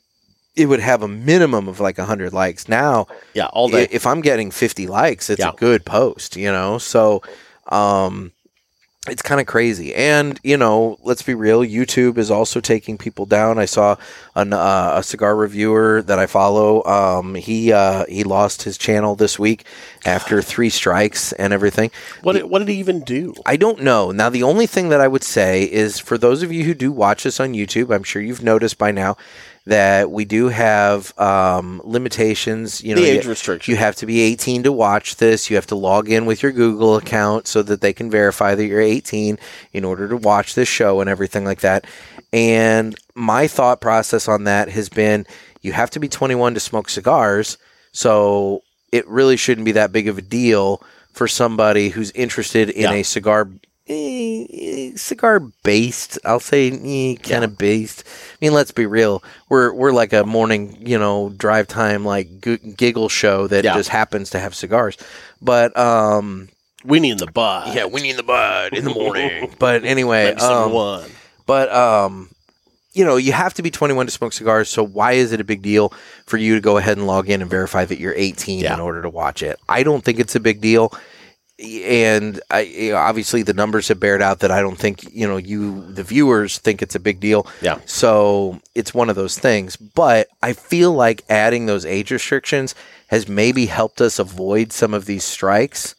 B: it would have a minimum of like 100 likes. Now
C: yeah, all day.
B: i- if I'm getting 50 likes, it's
C: Yeah.
B: a good post, you know? So, um, it's kind of crazy. And, you know, let's be real, YouTube is also taking people down. I saw an, uh, a cigar reviewer that I follow. Um, he uh, he lost his channel this week
C: (sighs)
B: after three strikes and everything.
C: What did, what did he even do?
B: I don't know. Now, the only thing that I would say is for those of you who do watch us on YouTube, I'm sure you've noticed by now that we do have um, limitations. You know,
C: The age
B: you-
C: restriction.
B: You have to be 18 to watch this. You have to log in with your Google account so that they can verify that you're 18 in order to watch this show and everything like that. And my thought process on that has been you have to be 21 to smoke cigars. So it really shouldn't be that big of a deal for somebody who's interested in
C: Yeah.
B: a cigar cigar based i'll say kind of based i mean let's be real we're we're like a morning you know drive time like g- giggle show that
C: Yeah.
B: just happens to have cigars but um
C: We need the bud.
B: yeah we need the bud in the morning (laughs) but anyway
C: Like some
B: um,
C: one.
B: but um, you know, you have to be 21 to smoke cigars. So why is it a big deal for you to go ahead and log in and verify that you're 18
C: Yeah.
B: in order to watch it? I don't think it's a big deal. And I you know, obviously the numbers have bared out that I don't think you know you the viewers think it's a big deal.
C: Yeah.
B: So it's one of those things. But I feel like adding those age restrictions has maybe helped us avoid some of these strikes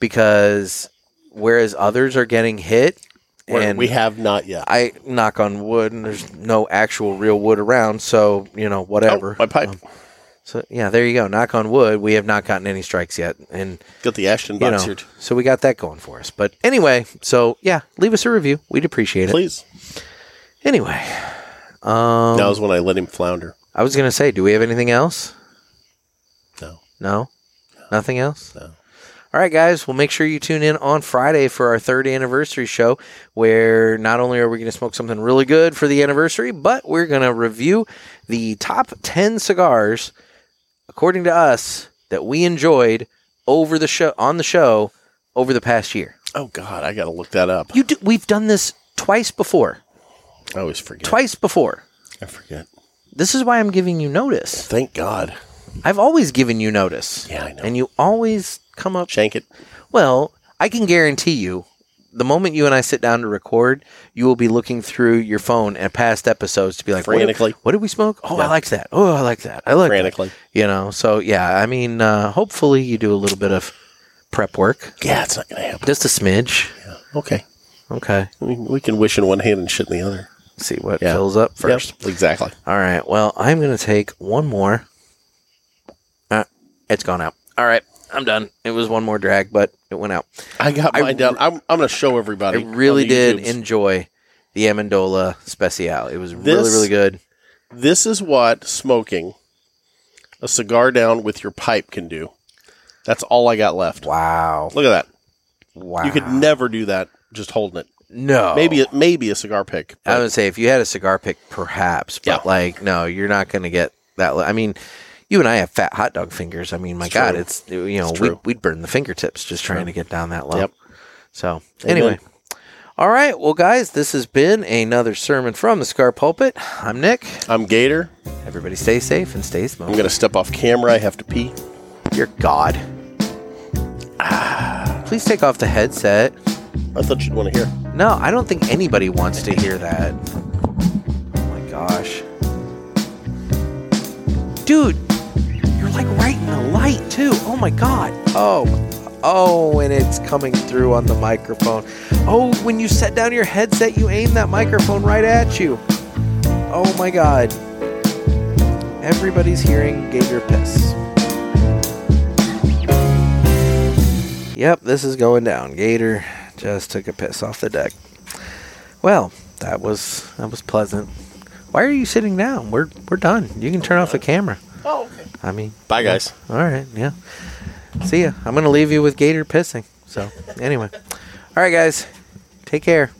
B: because whereas others are getting hit
C: We're-
B: and
C: we have not yet.
B: I knock on wood, and there's no actual real wood around, so you know
C: Oh,
B: whatever. Um,
C: my pipe.
B: so yeah, there you go. Knock on wood. We have not gotten any strikes yet, and
C: Got the Ashton
B: you
C: box
B: know,
C: here. too.
B: so we got that going for us. But anyway, so yeah, leave us a review. We'd appreciate it.
C: Please.
B: Anyway, um,
C: that was when I let him flounder.
B: I was gonna say, do we have anything else?
C: No.
B: No? Nothing else? No. All right, guys. Well, make sure you tune in on Friday for our third anniversary show, where not only are we going to smoke something really good for the anniversary, but we're going to review the top 10 cigars, according to us, that we enjoyed over the show on the show over the past year.
C: Oh God, I gotta look that up.
B: You do, we've done this twice before.
C: I always forget.
B: Twice before.
C: I forget.
B: This is why I'm giving you notice.
C: Thank God.
B: I've always given you notice.
C: Yeah, I know.
B: And you always come up
C: Shank it.
B: Well, I can guarantee you, the moment you and I sit down to record, you will be looking through your phone at past episodes to be like, what did-
C: Frantically.
B: What did, we smoke? Oh, I
C: Yeah.
B: liked that. Oh, I like that. I like
C: Frantically.
B: That. You know. So yeah, I mean, uh, hopefully you do a little bit of prep work,
C: Yeah, it's not gonna happen.
B: just a smidge.
C: Okay.
B: Okay.
C: We, we can wish in one hand and shit in the other.
B: See what
C: Yeah.
B: fills up
C: Yep,
B: first.
C: exactly.
B: All right. Well, I'm gonna take one more. Uh, it's gone out. All right. I'm done. It was one more drag, but it went out.
C: I got
B: I
C: mine down. I'm, I'm gonna show everybody.
B: I really
C: on the
B: did
C: YouTubes.
B: enjoy the Amendola Special. It was really,
C: This-
B: really good.
C: this is what smoking a cigar down with your pipe can do. That's all I got left.
B: Wow.
C: Look at that.
B: Wow. Oh.
C: You could never do that just holding it.
B: no.
C: Maybe maybe a cigar pick.
B: I
C: but
B: would say if you had a cigar pick, perhaps, but
C: Yeah.
B: like, no, you're not going to get that. li- I mean, you and I have fat hot dog fingers. I mean, my God,
C: true.
B: it's, you know,
C: It's
B: we,
C: true.
B: we'd burn the fingertips just trying to get down that low.
C: Yep.
B: So,
C: Amen.
B: anyway. All right. Well, guys, this has been another sermon from the Scar Pulpit. I'm Nick.
C: I'm Gator.
B: Everybody stay safe and stay
C: I'm
B: smoking.
C: gonna step off camera. I have to pee.
B: Your God. Please take off the headset.
C: I thought you'd want to hear.
B: No, I don't think anybody wants to hear that. Oh my gosh. Dude, you're like right in the light too. Oh my god. Oh. Oh, and it's coming through on the microphone. Oh, when you set down your headset, you aim that microphone right at you. Oh my god. Everybody's hearing Gator piss. Yep, this is going down. Gator just took a piss off the deck. Well, that was that was pleasant. Why are you sitting down? We're we're done. You can turn off the camera.
C: Oh, okay.
B: I mean,
C: Bye, guys.
B: all right, yeah. See ya. I'm gonna leave you with Gator pissing. So anyway, all right, guys, take care.